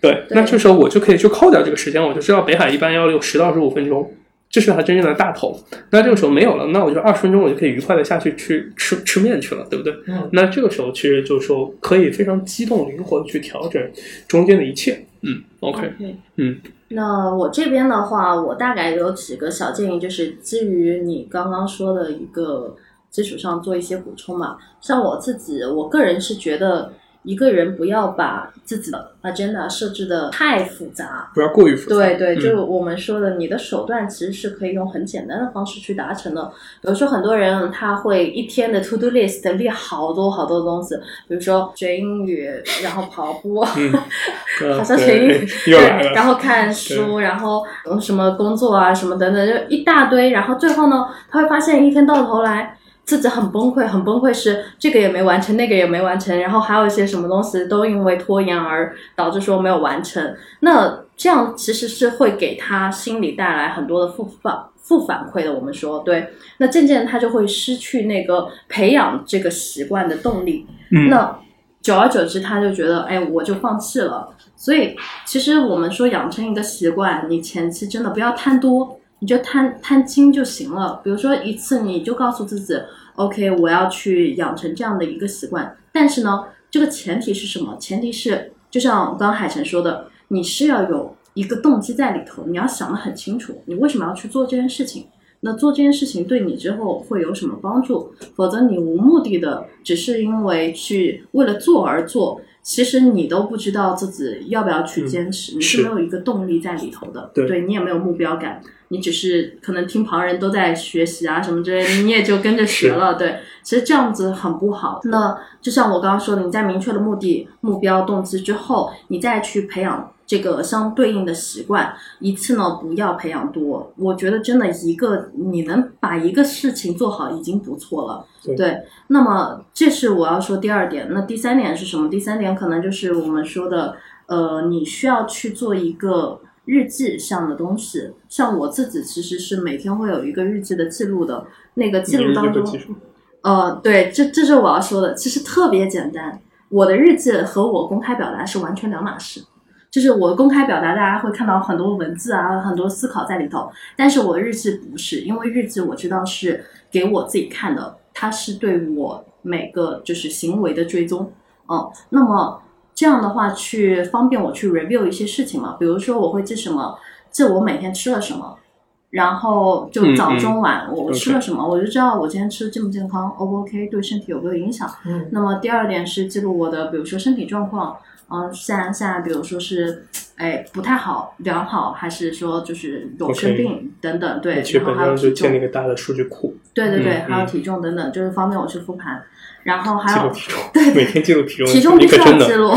[SPEAKER 3] 对，那这时候我就可以去扣掉这个时间，我就知道北海一般要溜十到十五分钟。这是它真正的大头，那这个时候没有了，那我就二十分钟我就可以愉快的下去去吃吃面去了，对不对？
[SPEAKER 4] 嗯
[SPEAKER 3] 那这个时候其实就是说可以非常机动灵活的去调整中间的一切。嗯，OK，嗯，
[SPEAKER 1] 那我这边的话，我大概有几个小建议，就是基于你刚刚说的一个基础上做一些补充嘛。像我自己，我个人是觉得一个人不要把自己的 agenda 设置的太复杂，
[SPEAKER 3] 不要过于复杂。
[SPEAKER 1] 对对，
[SPEAKER 3] 嗯
[SPEAKER 1] 就我们说的，你的手段其实是可以用很简单的方式去达成的。比如说，很多人他会一天的 to do list 列好多好多东西，比如说学英语，然后跑步，啊 <laughs>
[SPEAKER 3] 嗯
[SPEAKER 1] 好像学英语，
[SPEAKER 3] 对又来了
[SPEAKER 1] 对然后看书，然后嗯什么工作啊什么等等，就一大堆。然后最后呢，他会发现一天到头来。自己很崩溃，很崩溃是这个也没完成，那个也没完成，然后还有一些什么东西都因为拖延而导致说没有完成，那这样其实是会给他心里带来很多的负反负反馈的。我们说对，那渐渐他就会失去那个培养这个习惯的动力。
[SPEAKER 3] 嗯
[SPEAKER 1] 那久而久之，他就觉得，哎，我就放弃了。所以，其实我们说养成一个习惯，你前期真的不要贪多，你就贪贪精就行了。比如说一次，你就告诉自己，OK，我要去养成这样的一个习惯。但是呢，这个前提是什么？前提是，就像刚刚海晨说的，你是要有一个动机在里头，你要想得很清楚，你为什么要去做这件事情。那做这件事情对你之后会有什么帮助？否则你无目的的，只是因为去为了做而做，其实你都不知道自己要不要去坚持，你
[SPEAKER 3] 是
[SPEAKER 1] 是没有一个动力在里头的，
[SPEAKER 3] 对
[SPEAKER 1] 你也没有目标感，你只是可能听旁人都在学习啊什么之类的，你也就跟着学了，对，其实这样子很不好。那就像我刚刚说的，你在明确了目的、目标、动机之后，你再去培养这个相对应的习惯，一次呢不要培养多，我觉得真的一个你能把一个事情做好已经不错了。
[SPEAKER 3] 对
[SPEAKER 1] 那么这是我要说第二点。那第三点是什么？第三点可能就是我们说的，呃，你需要去做一个日记上的东西。像我自己其实是每天会有一个日记的记录的，那个记
[SPEAKER 3] 每日
[SPEAKER 1] 录当
[SPEAKER 3] 一个
[SPEAKER 1] 中，
[SPEAKER 3] 技术，
[SPEAKER 1] 呃，对，这这是我要说的，其实特别简单。我的日记和我公开表达是完全两码事，就是我公开表达，大家会看到很多文字啊，很多思考在里头，但是我的日记不是，因为日记我知道是给我自己看的，它是对我每个就是行为的追踪，哦、那么这样的话去方便我去 review 一些事情嘛，比如说我会记什么，记我每天吃了什么，然后就
[SPEAKER 3] 嗯
[SPEAKER 1] 早
[SPEAKER 3] 嗯
[SPEAKER 1] 中晚我我吃了
[SPEAKER 3] OK
[SPEAKER 1] 什么，我就知道我今天吃的健不健康，O 不 OK，对身体有没有影响。
[SPEAKER 4] 嗯，
[SPEAKER 1] 那么第二点是记录我的，比如说身体状况，嗯、现在现在比如说是，哎，不太好，良好，还是说就是有
[SPEAKER 3] OK
[SPEAKER 1] 生病等等，对，
[SPEAKER 3] 其实
[SPEAKER 1] 然后
[SPEAKER 3] 本质
[SPEAKER 1] 还有
[SPEAKER 3] 上就
[SPEAKER 1] 体
[SPEAKER 3] 建立一
[SPEAKER 1] 重，
[SPEAKER 3] 个大的数据库，
[SPEAKER 1] 对对对，
[SPEAKER 3] 嗯
[SPEAKER 1] 还有
[SPEAKER 3] 嗯
[SPEAKER 1] 体重等等，就是方便我去复盘，然后
[SPEAKER 3] 记
[SPEAKER 1] 还
[SPEAKER 3] 录
[SPEAKER 1] 有
[SPEAKER 3] 体重，每天记录体重，
[SPEAKER 1] 体重
[SPEAKER 3] 你
[SPEAKER 1] 必
[SPEAKER 3] 可
[SPEAKER 1] 须
[SPEAKER 3] 真
[SPEAKER 1] 要
[SPEAKER 3] 的
[SPEAKER 1] 记录，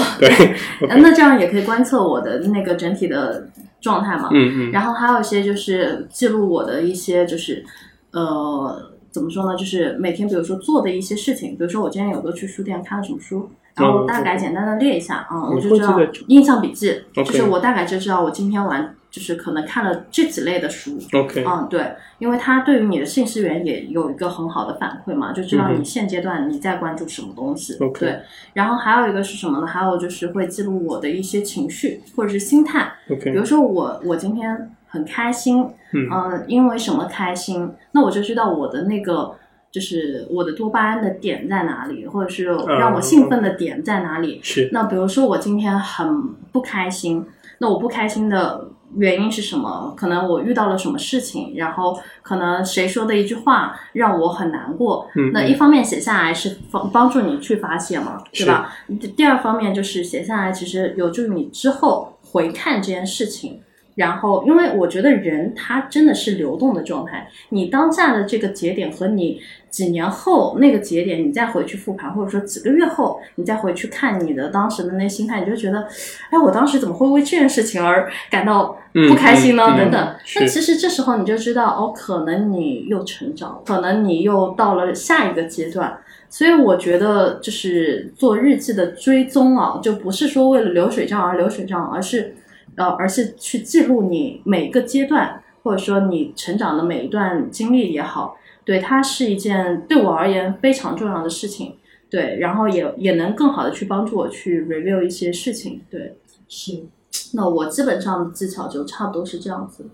[SPEAKER 1] <laughs>
[SPEAKER 3] 对，<laughs>
[SPEAKER 1] 呃那这样也可以观测我的那个整体的状态嘛，
[SPEAKER 3] 嗯嗯，
[SPEAKER 1] 然后还有一些就是记录我的一些就是，呃，怎么说呢？就是每天比如说做的一些事情，比如说我今天有没有去书店看了什么书，然后
[SPEAKER 3] 嗯
[SPEAKER 1] 我大概
[SPEAKER 3] OK
[SPEAKER 1] 简单的列一下啊、
[SPEAKER 3] 你
[SPEAKER 1] 我就
[SPEAKER 3] 会
[SPEAKER 1] 知
[SPEAKER 3] 记
[SPEAKER 1] 道
[SPEAKER 3] 得
[SPEAKER 1] 印象笔记
[SPEAKER 3] OK
[SPEAKER 1] 就是我大概就知道我今天玩就是可能看了这几类的书。
[SPEAKER 3] OK，
[SPEAKER 1] 嗯，对，因为它对于你的信息源也有一个很好的反馈嘛，就知道
[SPEAKER 3] 嗯
[SPEAKER 1] 你
[SPEAKER 3] 哼
[SPEAKER 1] 现阶段你在关注什么东西。
[SPEAKER 3] 嗯 OK
[SPEAKER 1] 对，然后还有一个是什么呢？还有就是会记录我的一些情绪或者是心态。比
[SPEAKER 3] OK，
[SPEAKER 1] 如说我我今天很开心，
[SPEAKER 3] 嗯
[SPEAKER 1] 呃，因为什么开心，那我就知道我的那个就是我的多巴胺的点在哪里，或者是让我兴奋的点在哪里。
[SPEAKER 3] 是
[SPEAKER 1] 那比如说我今天很不开心，那我不开心的原因是什么？可能我遇到了什么事情，然后可能谁说的一句话让我很难过。
[SPEAKER 3] 嗯
[SPEAKER 1] 那
[SPEAKER 3] 嗯
[SPEAKER 1] 一方面写下来是帮帮助你去发泄嘛，
[SPEAKER 3] 是
[SPEAKER 1] 对吧？第二方面就是写下来，其实有助于你之后回看这件事情。然后，因为我觉得人他真的是流动的状态，你当下的这个节点和你几年后那个节点，你再回去复盘，或者说几个月后你再回去看你的当时的那心态，你就觉得，哎，我当时怎么会为这件事情而感到不开心呢？
[SPEAKER 3] 嗯嗯嗯
[SPEAKER 1] 等等。那
[SPEAKER 3] 是
[SPEAKER 1] 其实这时候你就知道，哦，可能你又成长，可能你又到了下一个阶段。所以我觉得，就是做日记的追踪啊，就不是说为了流水账而流水账，而是，呃，而是去记录你每个阶段，或者说你成长的每一段经历也好，对它是一件对我而言非常重要的事情。对，然后也也能更好的去帮助我去 review 一些事情。对，
[SPEAKER 4] 是。
[SPEAKER 1] 那我基本上的技巧就差不多是这样子。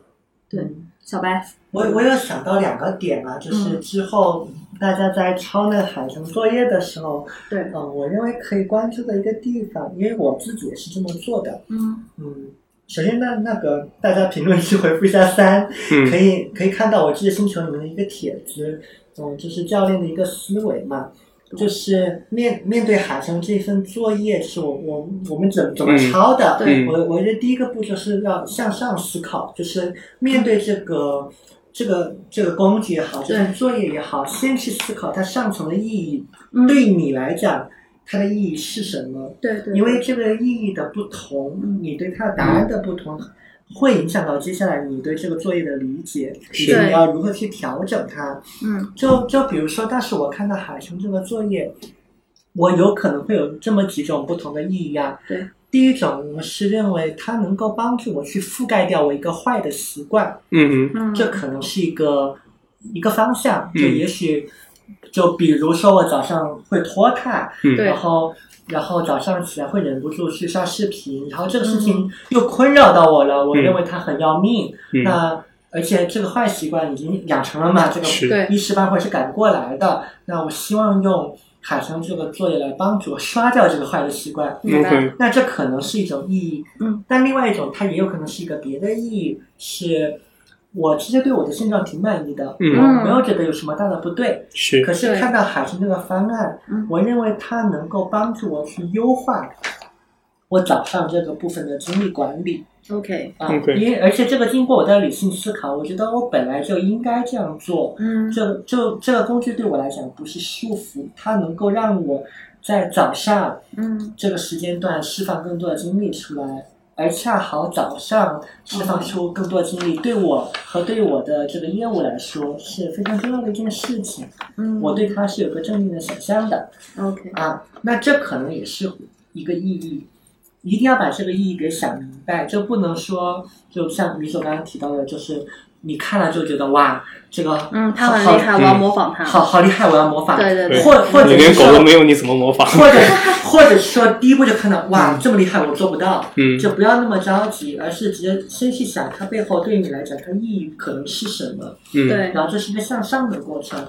[SPEAKER 1] 对，小白，
[SPEAKER 4] 我我有想到两个点啊，就是之后大家在抄那海城作业的时候，
[SPEAKER 1] 对
[SPEAKER 4] 嗯、，我认为可以关注的一个地方，因为我自己也是这么做的。
[SPEAKER 1] 嗯
[SPEAKER 4] 嗯，首先那那个大家评论区回复一下三，可
[SPEAKER 3] 嗯
[SPEAKER 4] 以可以看到我记得星球里面的一个帖子，嗯，就是教练的一个思维嘛，就是面面对海上这份作业，是我我我们怎怎么抄的？
[SPEAKER 1] 对
[SPEAKER 4] 我我觉得第一个步骤是要向上思考，就是面对这个。这个这个工具也好，这份
[SPEAKER 1] 对
[SPEAKER 4] 作业也好，先去思考它上层的意义，
[SPEAKER 1] 嗯，
[SPEAKER 4] 对你来讲，它的意义是什么？
[SPEAKER 1] 对对，
[SPEAKER 4] 因为这个意义的不同，
[SPEAKER 1] 嗯
[SPEAKER 4] 你对它的答案的不同，会影响到接下来你对这个作业的理解，以及
[SPEAKER 3] 是
[SPEAKER 4] 你要如何去调整它。
[SPEAKER 1] 嗯
[SPEAKER 4] 就就比如说，当时我看到海城这个作业，我有可能会有这么几种不同的意义啊。
[SPEAKER 1] 对。
[SPEAKER 4] 第一种，我是认为它能够帮助我去覆盖掉我一个坏的习惯，
[SPEAKER 3] 嗯
[SPEAKER 1] 嗯，
[SPEAKER 4] 这可能是一个一个方向，就
[SPEAKER 3] 嗯
[SPEAKER 4] 也许就比如说我早上会拖沓，
[SPEAKER 3] 嗯
[SPEAKER 1] 对
[SPEAKER 4] 然后然后早上起来会忍不住去刷视频，然后这个事情又困扰到我了，我
[SPEAKER 3] 嗯
[SPEAKER 4] 认为它很要命。
[SPEAKER 3] 嗯
[SPEAKER 4] 那而且这个坏习惯已经养成了嘛，这个
[SPEAKER 3] 是
[SPEAKER 2] 对
[SPEAKER 4] 一时半会儿是改不过来的。那我希望用海城这个作业来帮助我刷掉这个坏的习惯。
[SPEAKER 2] 明白
[SPEAKER 3] ，OK，
[SPEAKER 4] 那这可能是一种意义，
[SPEAKER 1] 嗯，
[SPEAKER 4] 但另外一种它也有可能是一个别的意义，是我其实对我的现状挺满意的，
[SPEAKER 3] 嗯，
[SPEAKER 4] 我没有觉得有什么大的不对。可
[SPEAKER 3] 是，
[SPEAKER 4] 是看到海城这个方案
[SPEAKER 1] 嗯，
[SPEAKER 4] 我认为它能够帮助我去优化我早上这个部分的精力管理。
[SPEAKER 1] OK，
[SPEAKER 4] 啊
[SPEAKER 3] OK
[SPEAKER 4] 因为而且这个经过我的理性思考，我觉得我本来就应该这样做。
[SPEAKER 1] 嗯
[SPEAKER 4] 这就这个工具对我来讲不是束缚，它能够让我在早上
[SPEAKER 1] 嗯
[SPEAKER 4] 这个时间段释放更多的精力出来，而恰好早上释放出更多的精力，对我和对我的这个业务来说是非常重要的一件事情。
[SPEAKER 1] 嗯，
[SPEAKER 4] 我对它是有个正面的想象的
[SPEAKER 1] OK，
[SPEAKER 4] 啊，那这可能也是一个意义，一定要把这个意义给想明白，就不能说就像米总刚刚提到的，就是你看了就觉得哇，这个
[SPEAKER 1] 嗯，他
[SPEAKER 4] 好
[SPEAKER 1] 很厉
[SPEAKER 4] 好
[SPEAKER 1] 害，我要
[SPEAKER 3] 嗯
[SPEAKER 1] 模仿他。
[SPEAKER 4] 好好厉害，我要模仿，
[SPEAKER 1] 对对
[SPEAKER 3] 对
[SPEAKER 4] 或或者
[SPEAKER 3] 你
[SPEAKER 4] 是
[SPEAKER 3] 连狗
[SPEAKER 4] 说
[SPEAKER 3] 都没有，你怎么模仿？
[SPEAKER 4] 或者或者说第一步就看到哇这么厉害我做不到，
[SPEAKER 3] 嗯
[SPEAKER 4] 就不要那么着急，而是直接先去想它背后对你来讲它意义可能是什么，
[SPEAKER 3] 嗯，
[SPEAKER 1] 对，
[SPEAKER 4] 然后这是一个向上的过程，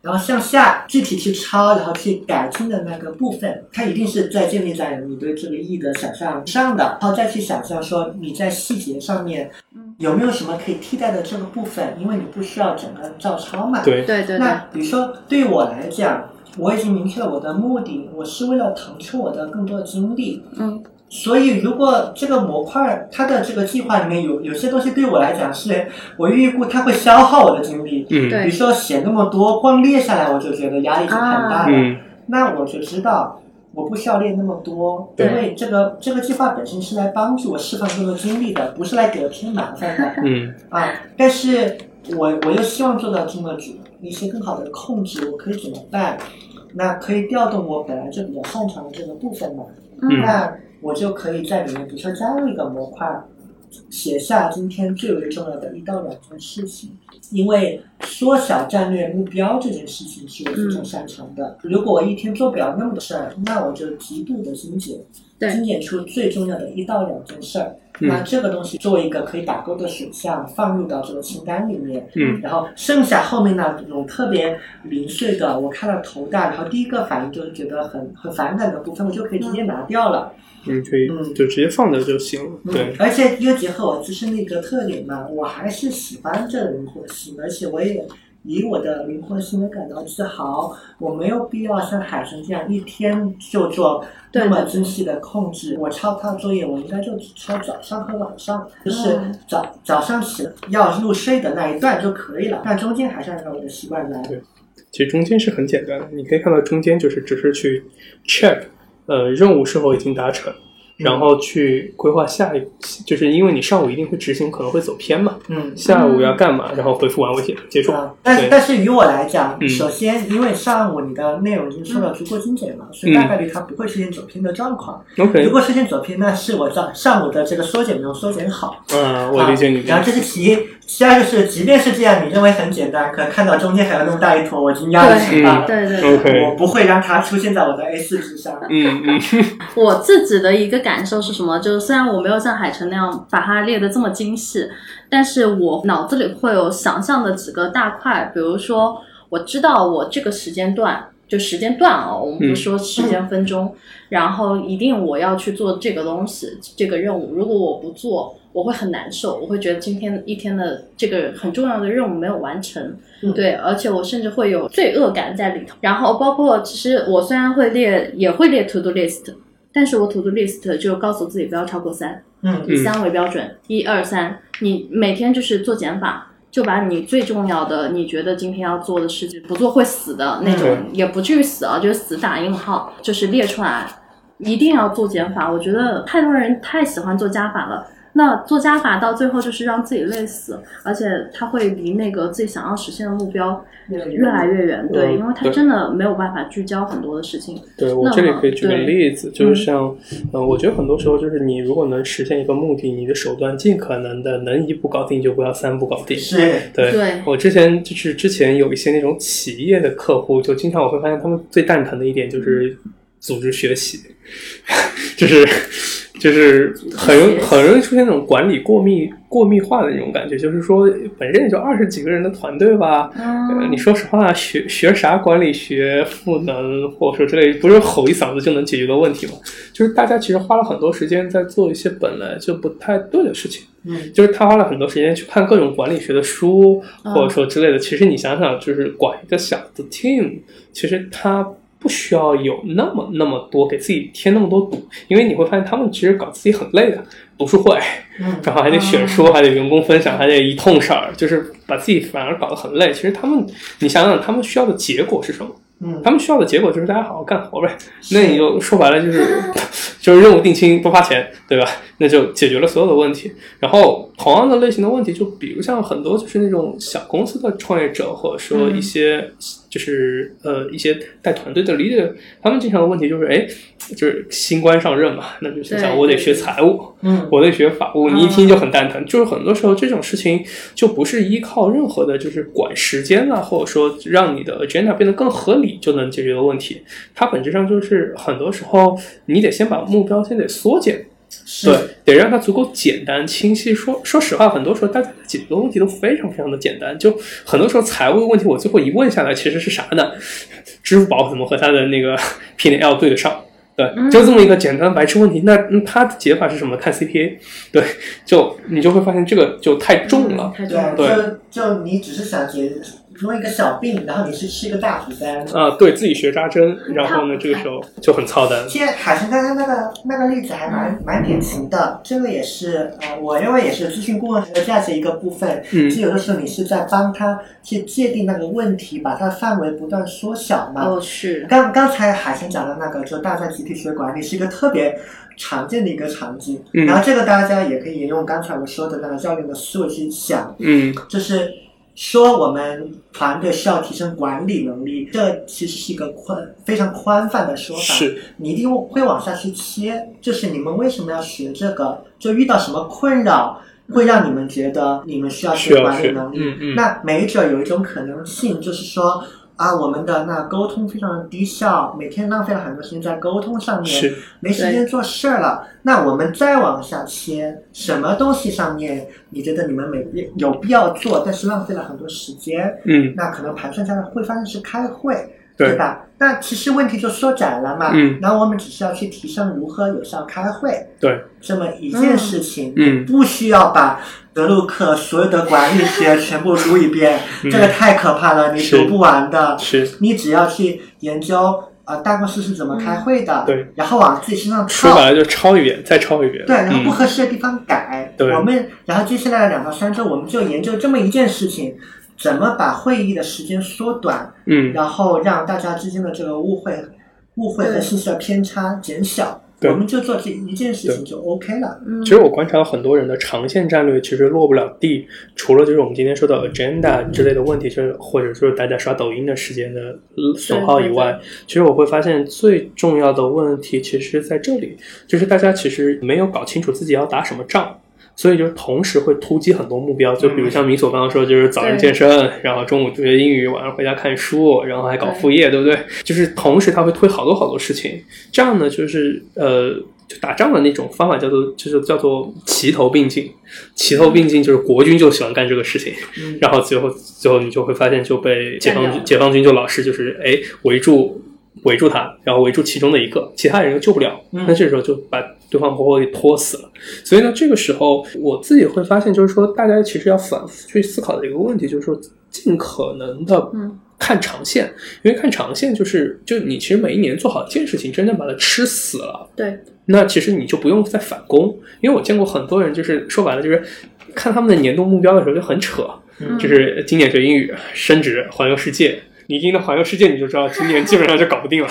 [SPEAKER 4] 然后向下具体去抄，然后去改进的那个部分，它一定是在建立在你对这个意义的想象上的，然后再去想象说你在细节上面有没有什么可以替代的这个部分，因为你不需要整个照抄嘛，
[SPEAKER 3] 对，
[SPEAKER 1] 对对对
[SPEAKER 4] 那比如说对我来讲，我已经明确了我的目的，我是为了腾出我的更多的精力。
[SPEAKER 1] 嗯，
[SPEAKER 4] 所以如果这个模块儿它的这个计划里面有有些东西对我来讲是我预估它会消耗我的精力，
[SPEAKER 3] 嗯，
[SPEAKER 1] 对
[SPEAKER 4] 比如说写那么多光列下来，我就觉得压力就很大了。
[SPEAKER 3] 嗯，
[SPEAKER 4] 那我就知道我不需要练那么多，因
[SPEAKER 3] 对
[SPEAKER 4] 为这个这个计划本身是来帮助我释放更多精力的，不是来给我添麻烦
[SPEAKER 3] <laughs>
[SPEAKER 4] 的。
[SPEAKER 3] 嗯，
[SPEAKER 4] 啊，但是我我又希望做到这么主一些更好的控制，我可以怎么办？那可以调动我本来就比较擅长的这个部分嘛，
[SPEAKER 3] 嗯
[SPEAKER 4] 那我就可以在里面，比如说加入一个模块，写下今天最为重要的一到两件事情，因为缩小战略目标这件事情是我非
[SPEAKER 3] 嗯
[SPEAKER 4] 常擅长的。如果我一天做不了那么多事儿，那我就极度的精简，
[SPEAKER 1] 对
[SPEAKER 4] 精简出最重要的一到两件事儿。
[SPEAKER 3] 嗯
[SPEAKER 4] 那这个东西作为一个可以打勾的选项放入到这个清单里面，
[SPEAKER 3] 嗯，
[SPEAKER 4] 然后剩下后面那种特别零碎的，我看到头大，然后第一个反应就是觉得很很反感的部分，我就可以直接拿掉了。
[SPEAKER 3] 你可以
[SPEAKER 4] 嗯
[SPEAKER 3] 就直接放着就行了。
[SPEAKER 4] 嗯
[SPEAKER 3] 对，，
[SPEAKER 4] 而且又结合我自身的一个特点嘛，我还是喜欢这灵活性，而且我也以我的灵活性而感到自豪。我没有必要像海神这样一天就做
[SPEAKER 1] 对
[SPEAKER 4] 那么精细的控制。我抄他作业，我应该就只抄早上和晚上，就是
[SPEAKER 1] 嗯
[SPEAKER 4] 早早上起要入睡的那一段就可以了。但中间还是按照我的习惯来。
[SPEAKER 3] 对其实中间是很简单的，你可以看到中间就是只是去 check，呃，任务是否已经达成，
[SPEAKER 4] 嗯
[SPEAKER 3] 然后去规划下一步，就是因为你上午一定会执行，可能会走偏嘛，
[SPEAKER 4] 嗯，
[SPEAKER 3] 下午要干嘛，然后回复完问题结束。
[SPEAKER 4] 啊，但是
[SPEAKER 3] 对
[SPEAKER 4] 但是于我来讲，
[SPEAKER 3] 嗯
[SPEAKER 4] 首先因为上午你的内容已经说的足够精简了，
[SPEAKER 3] 嗯
[SPEAKER 4] 所以大概率它不会出现走偏的状况。如
[SPEAKER 3] OK，
[SPEAKER 4] 果出现走偏，那是我上上午的这个缩减没有缩减好。
[SPEAKER 3] 嗯，我理解你
[SPEAKER 4] 啊
[SPEAKER 3] 的
[SPEAKER 4] 然后
[SPEAKER 3] 意
[SPEAKER 4] 这
[SPEAKER 3] 思。
[SPEAKER 4] 是其一，其二就是，即便是这样，你认为很简单，可能看到中间还有那么大一坨，我已经压力很
[SPEAKER 3] 嗯
[SPEAKER 4] 大了。
[SPEAKER 1] 对对对。
[SPEAKER 3] OK，
[SPEAKER 4] 我不会让它出现在我的 A 四之上。
[SPEAKER 3] 嗯
[SPEAKER 4] <laughs>
[SPEAKER 3] 嗯
[SPEAKER 1] 我自己的一个感受是什么？就是虽然我没有像海城那样把它列得这么精细，但是我脑子里会有想象的几个大块，比如说我知道我这个时间段。就时间段哦，我们
[SPEAKER 3] 嗯
[SPEAKER 1] 不说时间分钟，然后一定我要去做这个东西，这个任务。如果我不做，我会很难受，我会觉得今天一天的这个很重要的任务没有完成，
[SPEAKER 4] 嗯
[SPEAKER 1] 对，而且我甚至会有罪恶感在里头。然后包括其实我虽然会列，也会列 to do list，但是我 to do list 就告诉自己不要超过三，
[SPEAKER 4] 嗯，
[SPEAKER 1] 以三为标准，一二三，你每天就是做减法。就把你最重要的，你觉得今天要做的事情，不做会死的那种，
[SPEAKER 3] 嗯
[SPEAKER 1] 也不至于死啊，就是死打引号，就是列出来，一定要做减法。我觉得太多人太喜欢做加法了，那做加法到最后就是让自己累死，而且他会离那个自己想要实现的目标越来越远，对，
[SPEAKER 3] 嗯
[SPEAKER 1] 因为他
[SPEAKER 3] 对
[SPEAKER 1] 真的没有办法聚焦很多的事情。
[SPEAKER 3] 对我
[SPEAKER 1] 那
[SPEAKER 3] 这里
[SPEAKER 1] 么
[SPEAKER 3] 可以举个
[SPEAKER 1] 对
[SPEAKER 3] 例子，就是像，嗯、我觉得很多时候就是你如果能实现一个目的，你的手段尽可能的能一步搞定就不要三步搞定。
[SPEAKER 4] 是，
[SPEAKER 3] 对
[SPEAKER 1] 对
[SPEAKER 3] 我之前就是之前有一些那种企业的客户，就经常我会发现他们最蛋疼的一点就是组织学习， <laughs> 就是就是很容很容易出现那种管理过密过密化的那种感觉，就是说本身也就二十几个人的团队吧，呃，你说实话，学学啥管理学、赋能或者说之类，不是吼一嗓子就能解决的问题嘛？就是大家其实花了很多时间在做一些本来就不太对的事情。
[SPEAKER 4] 嗯，
[SPEAKER 3] 就是他花了很多时间去看各种管理学的书，
[SPEAKER 1] 嗯
[SPEAKER 3] 或者说之类的。其实你想想，就是管一个小的 team，其实他不需要有那么那么多给自己添那么多堵，因为你会发现他们其实搞自己很累的，读书会，
[SPEAKER 4] 嗯
[SPEAKER 3] 然后还得选书，还得员工分享，还得一通事儿，就是把自己反而搞得很累。其实他们，你想想，他们需要的结果是什么？
[SPEAKER 4] 嗯
[SPEAKER 3] 他们需要的结果就是大家好好干活呗。那你就说白了就是 <laughs> 就是任务定清不花钱，对吧？那就解决了所有的问题。然后同样的类型的问题，就比如像很多就是那种小公司的创业者，或者说一
[SPEAKER 1] 嗯
[SPEAKER 3] 些就是呃一些带团队的 leader，他们经常的问题就是哎，就是新官上任嘛，那就心想
[SPEAKER 1] 对
[SPEAKER 3] 我得学财务，
[SPEAKER 4] 嗯
[SPEAKER 3] 我得学法务，你一听就很蛋疼。就是很多时候这种事情就不是依靠任何的，就是管时间啊，或者说让你的 agenda 变得更合理就能解决的问题。它本质上就是很多时候你得先把目标先得缩减，
[SPEAKER 4] 是
[SPEAKER 3] 对，得让它足够简单清晰。说说实话，很多时候大家解决的问题都非常非常的简单，就很多时候财务的问题，我最后一问下来其实是啥呢？支付宝怎么和它的那个 <laughs> P L 对得上？对，
[SPEAKER 4] 嗯
[SPEAKER 3] 就这么一个简单白痴问题。那那它的解法是什么？看 CPA，对，就你就会发现这个就太重了。
[SPEAKER 1] 嗯太重了。
[SPEAKER 4] 对，
[SPEAKER 3] 对
[SPEAKER 4] 就就你只是想解弄一个小病，然后你是吃一个大补丹。
[SPEAKER 3] 啊、对自己学扎针，然后呢，这个时候就很操蛋。
[SPEAKER 4] 其实卡神刚刚那个那个例子还蛮蛮典型的，这个也是呃，我认为也是咨询顾问的价值一个部分。
[SPEAKER 3] 嗯
[SPEAKER 4] 其实有的时候你是在帮他去界定那个问题，把它的范围不断缩小嘛。
[SPEAKER 1] 哦，是，
[SPEAKER 4] 刚刚才海生讲的那个，就大家集体学管理是一个特别常见的一个场景。
[SPEAKER 3] 嗯
[SPEAKER 4] 然后这个大家也可以沿用刚才我说的那个教练的思维去想，
[SPEAKER 3] 嗯
[SPEAKER 4] 就是说我们团队需要提升管理能力，这其实是一个宽非常宽泛的说法。
[SPEAKER 3] 是，
[SPEAKER 4] 你一定会往下去切，就是你们为什么要学这个？就遇到什么困扰？会让你们觉得你们需要
[SPEAKER 3] 需
[SPEAKER 4] 学
[SPEAKER 3] 要
[SPEAKER 4] 管理
[SPEAKER 3] 学
[SPEAKER 4] 能力，
[SPEAKER 3] 嗯嗯
[SPEAKER 4] 那没准有一种可能性，就是说啊，我们的那沟通非常的低效，每天浪费了很多时间在沟通上面
[SPEAKER 3] 是，
[SPEAKER 4] 没时间做事儿了。那我们再往下切，什么东西上面你觉得你们每必有必要做，但是浪费了很多时间？
[SPEAKER 3] 嗯
[SPEAKER 4] 那可能盘算下来会发现是开会，
[SPEAKER 3] 对
[SPEAKER 4] 吧？那其实问题就缩窄了嘛。
[SPEAKER 3] 嗯
[SPEAKER 4] 然后我们只是要去提升如何有效开会
[SPEAKER 3] 对，
[SPEAKER 4] 这么一件事情，
[SPEAKER 3] 嗯
[SPEAKER 4] 不需要把德鲁克所有的管理学全部读一遍，
[SPEAKER 3] 嗯
[SPEAKER 4] 这个太可怕了，你
[SPEAKER 3] 是
[SPEAKER 4] 读不完的。
[SPEAKER 3] 是
[SPEAKER 4] 你只要去研究呃办公室是怎么开会的，
[SPEAKER 3] 对，
[SPEAKER 4] 然后往自己身上
[SPEAKER 3] 说
[SPEAKER 4] 套，
[SPEAKER 3] 白了就抄一遍，再抄一遍。
[SPEAKER 4] 对，然后不
[SPEAKER 3] 嗯、
[SPEAKER 4] 合适的地方改。
[SPEAKER 3] 对
[SPEAKER 4] 我们然后接下来的两到三周，我们就研究这么一件事情，怎么把会议的时间缩短，
[SPEAKER 3] 嗯，
[SPEAKER 4] 然后让大家之间的这个误会、误会和
[SPEAKER 1] 对
[SPEAKER 4] 信息的偏差减小。
[SPEAKER 3] 对
[SPEAKER 4] 我们就做这一件事情就 OK 了。
[SPEAKER 1] 嗯
[SPEAKER 3] 其实我观察到很多人的长线战略其实落不了地，除了就是我们今天说的 agenda 之类的问题，就是或者说大家刷抖音的时间的呃损耗以外，其实我会发现最重要的问题其实在这里，就是大家其实没有搞清楚自己要打什么仗。所以就同时会突击很多目标，就比
[SPEAKER 4] 嗯
[SPEAKER 3] 如像米索刚刚说，就是早上
[SPEAKER 1] 对
[SPEAKER 3] 健身，然后中午学英语，晚上回家看书，然后还搞副业，对不对？就是同时他会推好多好多事情，这样呢，就是呃，就打仗的那种方法叫做就是叫做齐头并进。齐头并进就是国军就喜欢干这个事情，
[SPEAKER 4] 嗯
[SPEAKER 3] 然后最后最后你就会发现就被解放
[SPEAKER 1] 占领
[SPEAKER 3] 军
[SPEAKER 1] 了
[SPEAKER 3] 解放军就老是就是哎围住围住他，然后围住其中的一个，其他人又救不了，
[SPEAKER 4] 嗯
[SPEAKER 3] 那这时候就把对方活活给拖死了。所以呢，这个时候我自己会发现，就是说大家其实要反复去思考的一个问题，就是说尽可能的
[SPEAKER 1] 嗯
[SPEAKER 3] 看长线，因为看长线就是就你其实每一年做好一件事情，真正把它吃死了，
[SPEAKER 1] 对，
[SPEAKER 3] 那其实你就不用再反攻，因为我见过很多人，就是说白了就是看他们的年度目标的时候就很扯，
[SPEAKER 4] 嗯
[SPEAKER 3] 就是今年学英语、升职、环游世界。你一听到环游世界，你就知道今年基本上就搞不定了，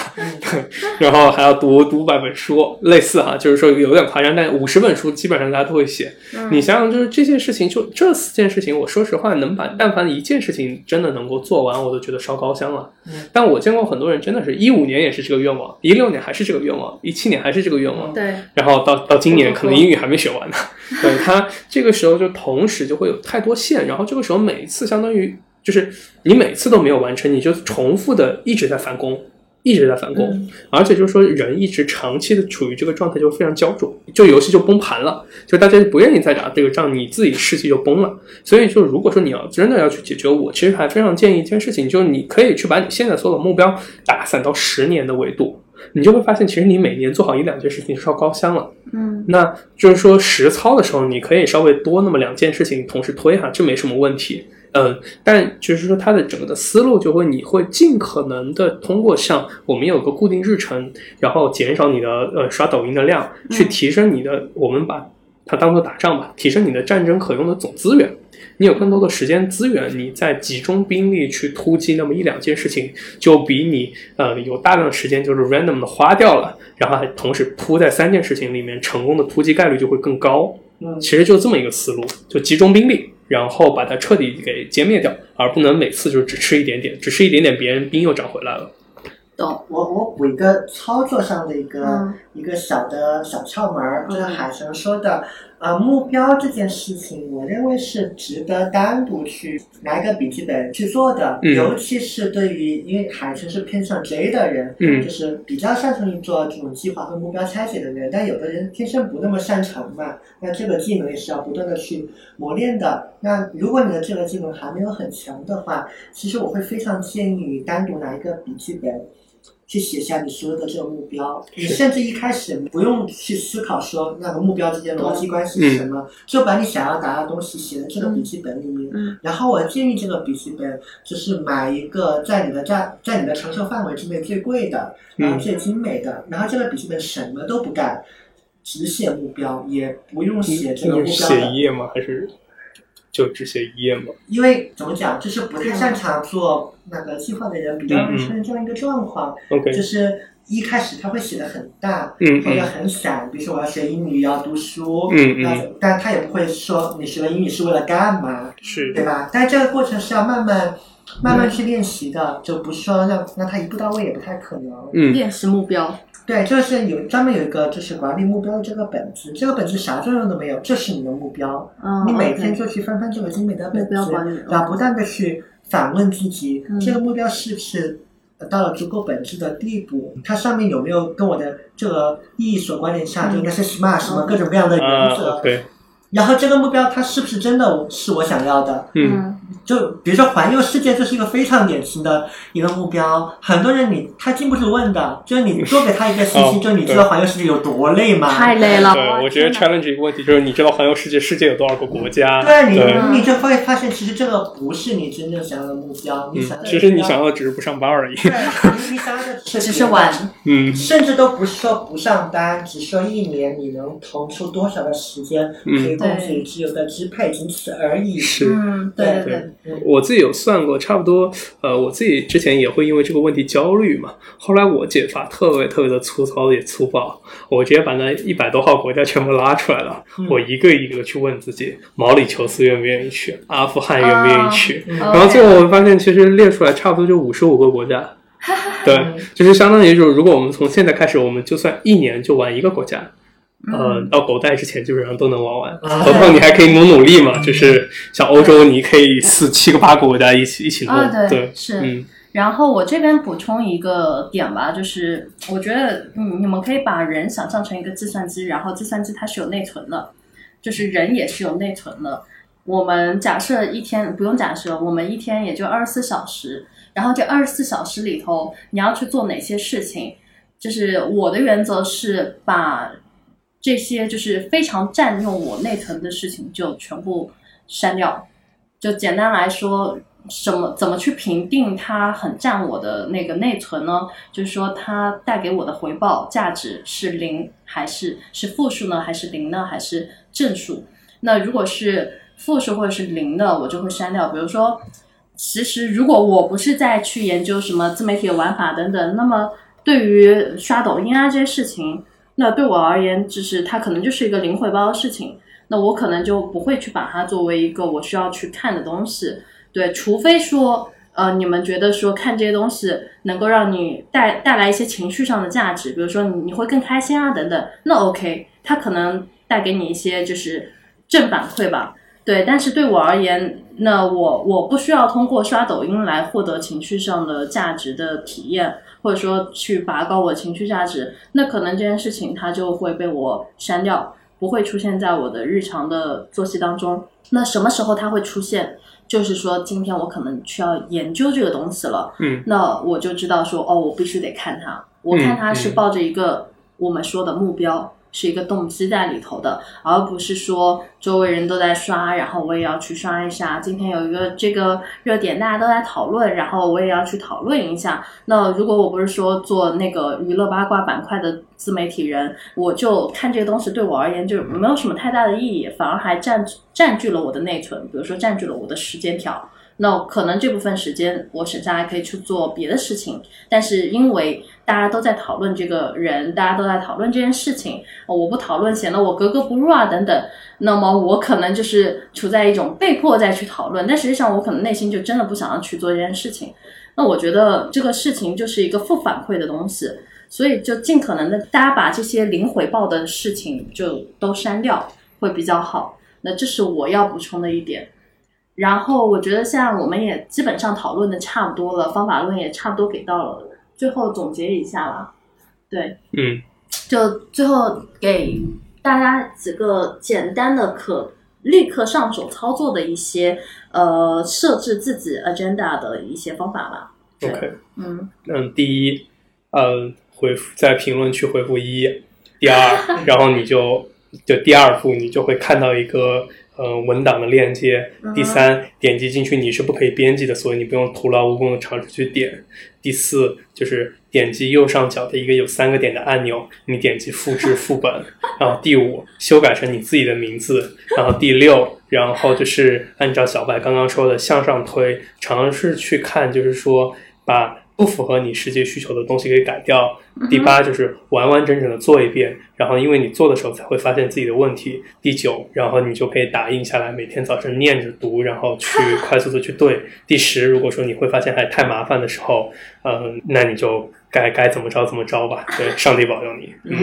[SPEAKER 3] <laughs> 然后还要读读五百本书，类似哈，就是说有点夸张，但五十本书基本上大家都会写。
[SPEAKER 1] 嗯
[SPEAKER 3] 你想想，就是这件事情，就这四件事情，我说实话，能把但凡一件事情真的能够做完，我都觉得烧高香了。
[SPEAKER 4] 嗯
[SPEAKER 3] 但我见过很多人，真的是一五年也是这个愿望，一六年还是这个愿望，一七年还是这个愿望，
[SPEAKER 1] 对，
[SPEAKER 3] 然后到到今
[SPEAKER 1] 不
[SPEAKER 3] 年
[SPEAKER 1] 不
[SPEAKER 3] 可能英语还没学完呢，对他这个时候就同时就会有太多线，然后这个时候每一次相当于就是你每次都没有完成，你就重复的一直在返工，一直在反攻，
[SPEAKER 1] 嗯
[SPEAKER 3] 而且就是说人一直长期的处于这个状态就非常焦灼，就游戏就崩盘了，就大家就不愿意再打这个仗，你自己士气就崩了。所以就如果说你要真的要去解决，我其实还非常建议一件事情，就是你可以去把你现在所有的目标打散到十年的维度。你就会发现，其实你每年做好一两件事情是要高香了。
[SPEAKER 1] 嗯
[SPEAKER 3] 那就是说实操的时候，你可以稍微多那么两件事情同时推哈，这没什么问题。嗯，但就是说它的整个的思路就会，你会尽可能的通过像我们有个固定日程，然后减少你的呃刷抖音的量，去提升你的，呃我们把它当做打仗吧，提升你的战争可用的总资源。你有更多的时间资源，你在集中兵力去突击那么一两件事情，就比你呃有大量的时间就是 random 的花掉了，然后还同时扑在三件事情里面，成功的突击概率就会更高。
[SPEAKER 4] 嗯
[SPEAKER 3] 其实就这么一个思路，就集中兵力，然后把它彻底给歼灭掉，而不能每次就只吃一点点，只吃一点点，别人兵又长回来了。
[SPEAKER 1] 懂，
[SPEAKER 4] 我我补一个操作上的一个、
[SPEAKER 1] 嗯
[SPEAKER 4] 一个小的小窍门儿，就是
[SPEAKER 1] 嗯
[SPEAKER 4] 海神说的，呃，目标这件事情，我认为是值得单独去拿一个笔记本去做的，
[SPEAKER 3] 嗯
[SPEAKER 4] 尤其是对于因为海神是偏向 J 的人，
[SPEAKER 3] 嗯
[SPEAKER 4] 就是比较擅长于做这种计划和目标拆解的人，但有的人天生不那么擅长嘛，那这个技能也是要不断的去磨练的。那如果你的这个技能还没有很强的话，其实我会非常建议你单独拿一个笔记本。去写下你所有的这个目标，你
[SPEAKER 3] 是
[SPEAKER 4] 甚至一开始不用去思考说那个目标之间的逻辑关系
[SPEAKER 3] 嗯
[SPEAKER 4] 是什么，就把你想要达到的东西写在这个笔记本里面。
[SPEAKER 1] 嗯
[SPEAKER 4] 然后我建议这个笔记本就是买一个在你的在在你的承受范围之内最贵的，然后
[SPEAKER 3] 嗯
[SPEAKER 4] 最精美的，然后这个笔记本什么都不干，只写目标，也不用写这个目
[SPEAKER 3] 就是
[SPEAKER 4] 标
[SPEAKER 3] 写一
[SPEAKER 4] 的，
[SPEAKER 3] 页吗？还是就只写一页吗？
[SPEAKER 4] 因为怎么讲，就是不太擅长做那个计划的人比较容易出现这样一个状况，
[SPEAKER 3] OK，
[SPEAKER 4] 就是啊一开始他会写的很大，
[SPEAKER 3] 嗯
[SPEAKER 4] 或
[SPEAKER 3] 嗯
[SPEAKER 4] 者很散，比如说我要学英语，要读书，
[SPEAKER 3] 嗯
[SPEAKER 4] 那
[SPEAKER 3] 嗯，
[SPEAKER 4] 但他也不会说你学了英语是为了干嘛，
[SPEAKER 3] 是
[SPEAKER 4] 对吧？但这个过程是要慢慢、慢慢去练习的，就不是说让让他一步到位也不太可能。
[SPEAKER 3] 嗯
[SPEAKER 1] 练习目标，
[SPEAKER 4] 对，就是有专门有一个就是管理目标的这个本子，这个本子啥作用都没有，这是你的目标，
[SPEAKER 1] 嗯，
[SPEAKER 4] 你每天
[SPEAKER 1] OK
[SPEAKER 4] 就去翻翻这个精美的本
[SPEAKER 1] 目
[SPEAKER 4] 子，
[SPEAKER 1] 标管理，
[SPEAKER 3] 嗯
[SPEAKER 4] 然后不断的去反问自己，
[SPEAKER 1] 嗯
[SPEAKER 4] 这个目标是不是到了足够本质的地步？它上面有没有跟我的这个利益所关联
[SPEAKER 1] 嗯
[SPEAKER 4] 上？就那些 smart 什么
[SPEAKER 1] 嗯
[SPEAKER 4] 各种各样的
[SPEAKER 3] 啊
[SPEAKER 4] 原则？
[SPEAKER 3] ，OK，
[SPEAKER 4] 然后这个目标它是不是真的是我想要的？
[SPEAKER 3] 嗯
[SPEAKER 4] 就比如说环游世界，这是一个非常典型的一个目标。很多人你他禁不住问的，就是你多给他一个信息，
[SPEAKER 3] 哦
[SPEAKER 4] 就你知道环游世界有多累吗？
[SPEAKER 1] 太累了，
[SPEAKER 3] 对，我觉得
[SPEAKER 2] 天哪
[SPEAKER 3] challenge 一个问题就是，你知道环游世界，世界有多少个国家？
[SPEAKER 4] 对啊你
[SPEAKER 3] 对，嗯
[SPEAKER 4] 你就会发现，其实这个不是你真正想要的目标。你想
[SPEAKER 3] 嗯，
[SPEAKER 4] 要的
[SPEAKER 3] 其实你想要的只是不上班而已。
[SPEAKER 4] 对，你你想要的
[SPEAKER 1] 只是玩，
[SPEAKER 3] 嗯
[SPEAKER 4] 甚至都不是说不上班，只说一年你能腾出多少的时间可
[SPEAKER 3] 嗯
[SPEAKER 4] 以供自己自由的支配，仅此而已。
[SPEAKER 3] 是
[SPEAKER 1] 嗯，对对对，
[SPEAKER 3] 我自己有算过，差不多，呃，我自己之前也会因为这个问题焦虑嘛。后来我解法特别特别的粗糙也粗暴，我直接把那一百多号国家全部拉出来了，
[SPEAKER 4] 嗯
[SPEAKER 3] 我一个一个去问自己，毛里求斯愿不愿意去，阿富汗愿不愿意去，
[SPEAKER 4] 嗯
[SPEAKER 1] 啊
[SPEAKER 3] 然
[SPEAKER 1] 哦
[SPEAKER 3] 后最后我会发现，其实列出来差不多就五十五个国家。对，就是相当于就是，如果我们从现在开始，我们就算一年就玩一个国家，
[SPEAKER 1] 嗯
[SPEAKER 3] 呃，到狗带之前基本上都能玩完。
[SPEAKER 4] 啊
[SPEAKER 3] 何况你还可以努努力嘛，就是像欧洲，你可以四七个八个国家一起一起弄。
[SPEAKER 1] 啊
[SPEAKER 3] 对
[SPEAKER 1] 对，是
[SPEAKER 3] 嗯
[SPEAKER 1] 然后我这边补充一个点吧，就是我觉得，嗯，你们可以把人想象成一个计算机，然后计算机它是有内存的，就是人也是有内存的。我们假设一天不用假设，我们一天也就二十四小时，然后这二十四小时里头，你要去做哪些事情？就是我的原则是把这些就是非常占用我内存的事情就全部删掉。就简单来说，什么怎么去评定它很占我的那个内存呢？就是说它带给我的回报价值是零还是是负数呢？还是零呢？还是正数？那如果是负数或者是零的，我就会删掉。比如说，其实如果我不是在去研究什么自媒体的玩法等等，那么对于刷抖音啊这些事情，那对我而言，就是它可能就是一个零回报的事情。那我可能就不会去把它作为一个我需要去看的东西，对，除非说，呃，你们觉得说看这些东西能够让你带带来一些情绪上的价值，比如说你你会更开心啊等等，那 OK，它可能带给你一些就是正反馈吧。对，但是对我而言，那我我不需要通过刷抖音来获得情绪上的价值的体验，或者说去拔高我情绪价值，那可能这件事情它就会被我删掉，不会出现在我的日常的作息当中。那什么时候它会出现？就是说，今天我可能需要研究这个东西了，
[SPEAKER 3] 嗯，
[SPEAKER 1] 那我就知道说，哦，我必须得看它。我看它是抱着一个我们说的目标，是一个动机在里头的，而不是说周围人都在刷，然后我也要去刷一下。今天有一个这个热点，大家都在讨论，然后我也要去讨论一下。那如果我不是说做那个娱乐八卦板块的自媒体人，我就看这个东西对我而言就没有什么太大的意义，反而还占占据了我的内存，比如说占据了我的时间条。那可能这部分时间我省下来可以去做别的事情，但是因为大家都在讨论这个人，大家都在讨论这件事情，呃我不讨论显得我格格不入啊等等，那么我可能就是处在一种被迫再去讨论，但实际上我可能内心就真的不想要去做这件事情。那我觉得这个事情就是一个负反馈的东西，所以就尽可能的大家把这些零回报的事情就都删掉，会比较好。那这是我要补充的一点。然后我觉得现在我们也基本上讨论的差不多了，方法论也差不多给到了，最后总结一下啦。对，
[SPEAKER 3] 嗯，
[SPEAKER 1] 就最后给大家几个简单的可立刻上手操作的一些呃设置自己 agenda 的一些方法吧。对
[SPEAKER 3] OK，
[SPEAKER 1] 嗯，
[SPEAKER 3] 嗯，第一，嗯，回复在评论区回复一，第二，然后你就就第二步你就会看到一个嗯文档的链接，第三，点击进去你是不可以编辑的，所以你不用徒劳无功的尝试去点。第四就是点击右上角的一个有三个点的按钮，你点击复制副本。然后第五，修改成你自己的名字。然后第六，然后就是按照小白刚刚说的向上推，尝试去看，就是说把不符合你实际需求的东西给改掉。第八就是完完整整的做一遍，然后因为你做的时候才会发现自己的问题。第九，然后你就可以打印下来，每天早晨念着读，然后去快速的去对。第十，如果说你会发现还太麻烦的时候，嗯，那你就该该怎么着怎么着吧。对，上帝保佑你。嗯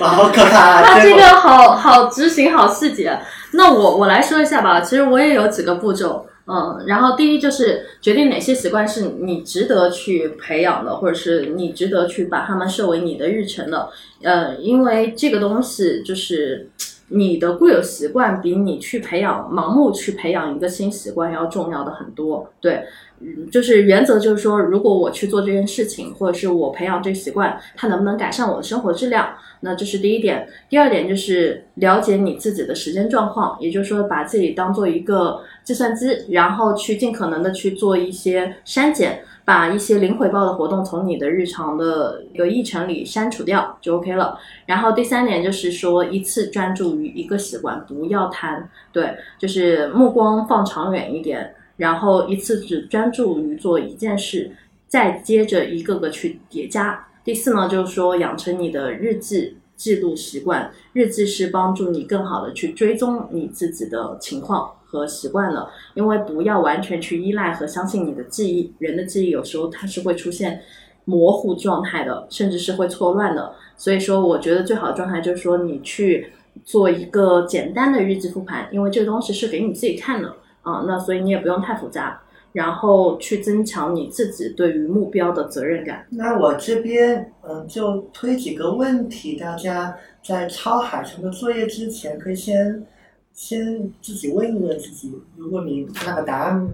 [SPEAKER 4] 哇，好可怕啊！
[SPEAKER 1] 那
[SPEAKER 4] 结
[SPEAKER 1] 这
[SPEAKER 4] 果
[SPEAKER 1] 个好好执行，好细节。那我我来说一下吧，其实我也有几个步骤。嗯，然后第一就是决定哪些习惯是你值得去培养的，或者是你值得去把它们设为你的日程的。呃，因为这个东西就是你的固有习惯比你去培养盲目去培养一个新习惯要重要的很多。对，嗯，就是原则就是说，如果我去做这件事情，或者是我培养这习惯，它能不能改善我的生活质量？那这是第一点。第二点就是了解你自己的时间状况，也就是说，把自己当做一个计算机，然后去尽可能的去做一些删减，把一些零回报的活动从你的日常的一个议程里删除掉就 OK 了。然后第三点就是说，一次专注于一个习惯，不要贪，对，就是目光放长远一点，然后一次只专注于做一件事，再接着一个个去叠加。第四呢，就是说养成你的日记记录习惯，日记是帮助你更好的去追踪你自己的情况和习惯的，因为不要完全去依赖和相信你的记忆，人的记忆有时候它是会出现模糊状态的，甚至是会错乱的。所以说，我觉得最好的状态就是说你去做一个简单的日记复盘，因为这个东西是给你自己看的啊、那所以你也不用太复杂，然后去增强你自己对于目标的责任感。
[SPEAKER 4] 那我这边嗯，就推几个问题，大家在抄海城的作业之前，可以先先自己问一问自己。如果你那个答案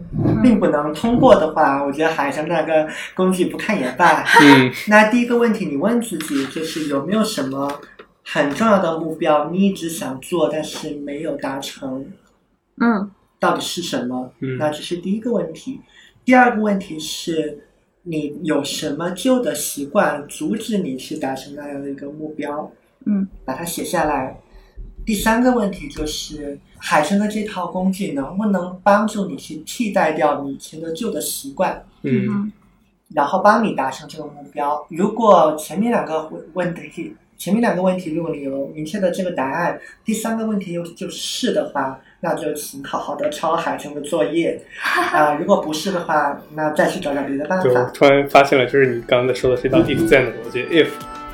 [SPEAKER 4] 并不能通过的话，我觉得海城那个工具不看也罢。
[SPEAKER 3] 嗯，
[SPEAKER 4] 那第一个问题，你问自己就是有没有什么很重要的目标，你一直想做但是没有达成，
[SPEAKER 1] 嗯，
[SPEAKER 4] 到底是什么？
[SPEAKER 3] 嗯
[SPEAKER 4] 那这是第一个问题。第二个问题是，你有什么旧的习惯阻止你去达成那样的一个目标？
[SPEAKER 1] 嗯，
[SPEAKER 4] 把它写下来。第三个问题就是，海参的这套工具能不能帮助你去替代掉你以前的旧的习惯？
[SPEAKER 3] 嗯
[SPEAKER 4] 然后帮你达成这个目标。如果前面两个问问题，前面两个问题如果你有明确的这个答案，第三个问题又就是是的话，那就请好好的抄海城的作业啊、如果不是的话，那再去找找别的办
[SPEAKER 3] 就我
[SPEAKER 4] 法。
[SPEAKER 3] 突然发现了，就是你刚才说的这道 if then 的逻辑，if，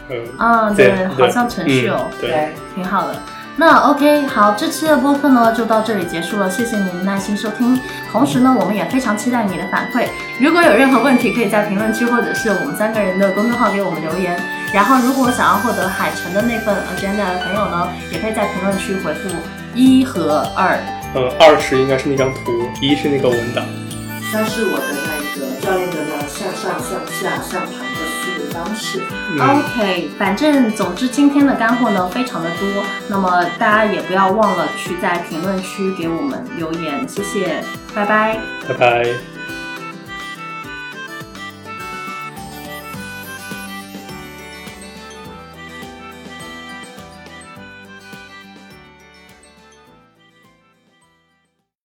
[SPEAKER 3] 嗯，
[SPEAKER 1] 啊，
[SPEAKER 3] 对
[SPEAKER 1] 对，好像程序哦，
[SPEAKER 3] 嗯对，
[SPEAKER 4] 对，
[SPEAKER 1] 挺好的。那 OK，好，这期的播客呢就到这里结束了，谢谢您的耐心收听。同时呢，我们也非常期待你的反馈。如果有任何问题，可以在评论区或者是我们三个人的公众号给我们留言。然后，如果想要获得海城的那份 agenda 的朋友呢，也可以在评论区回复一和二。
[SPEAKER 3] 嗯，二十应该是那张图，一是那个文档。
[SPEAKER 4] 像是我的那个教练的那向上、向下、向盘的思维方式。
[SPEAKER 1] 哦
[SPEAKER 3] 嗯，
[SPEAKER 1] OK，反正总之今天的干货呢非常的多，那么大家也不要忘了去在评论区给我们留言，谢谢，拜拜。
[SPEAKER 3] 拜拜。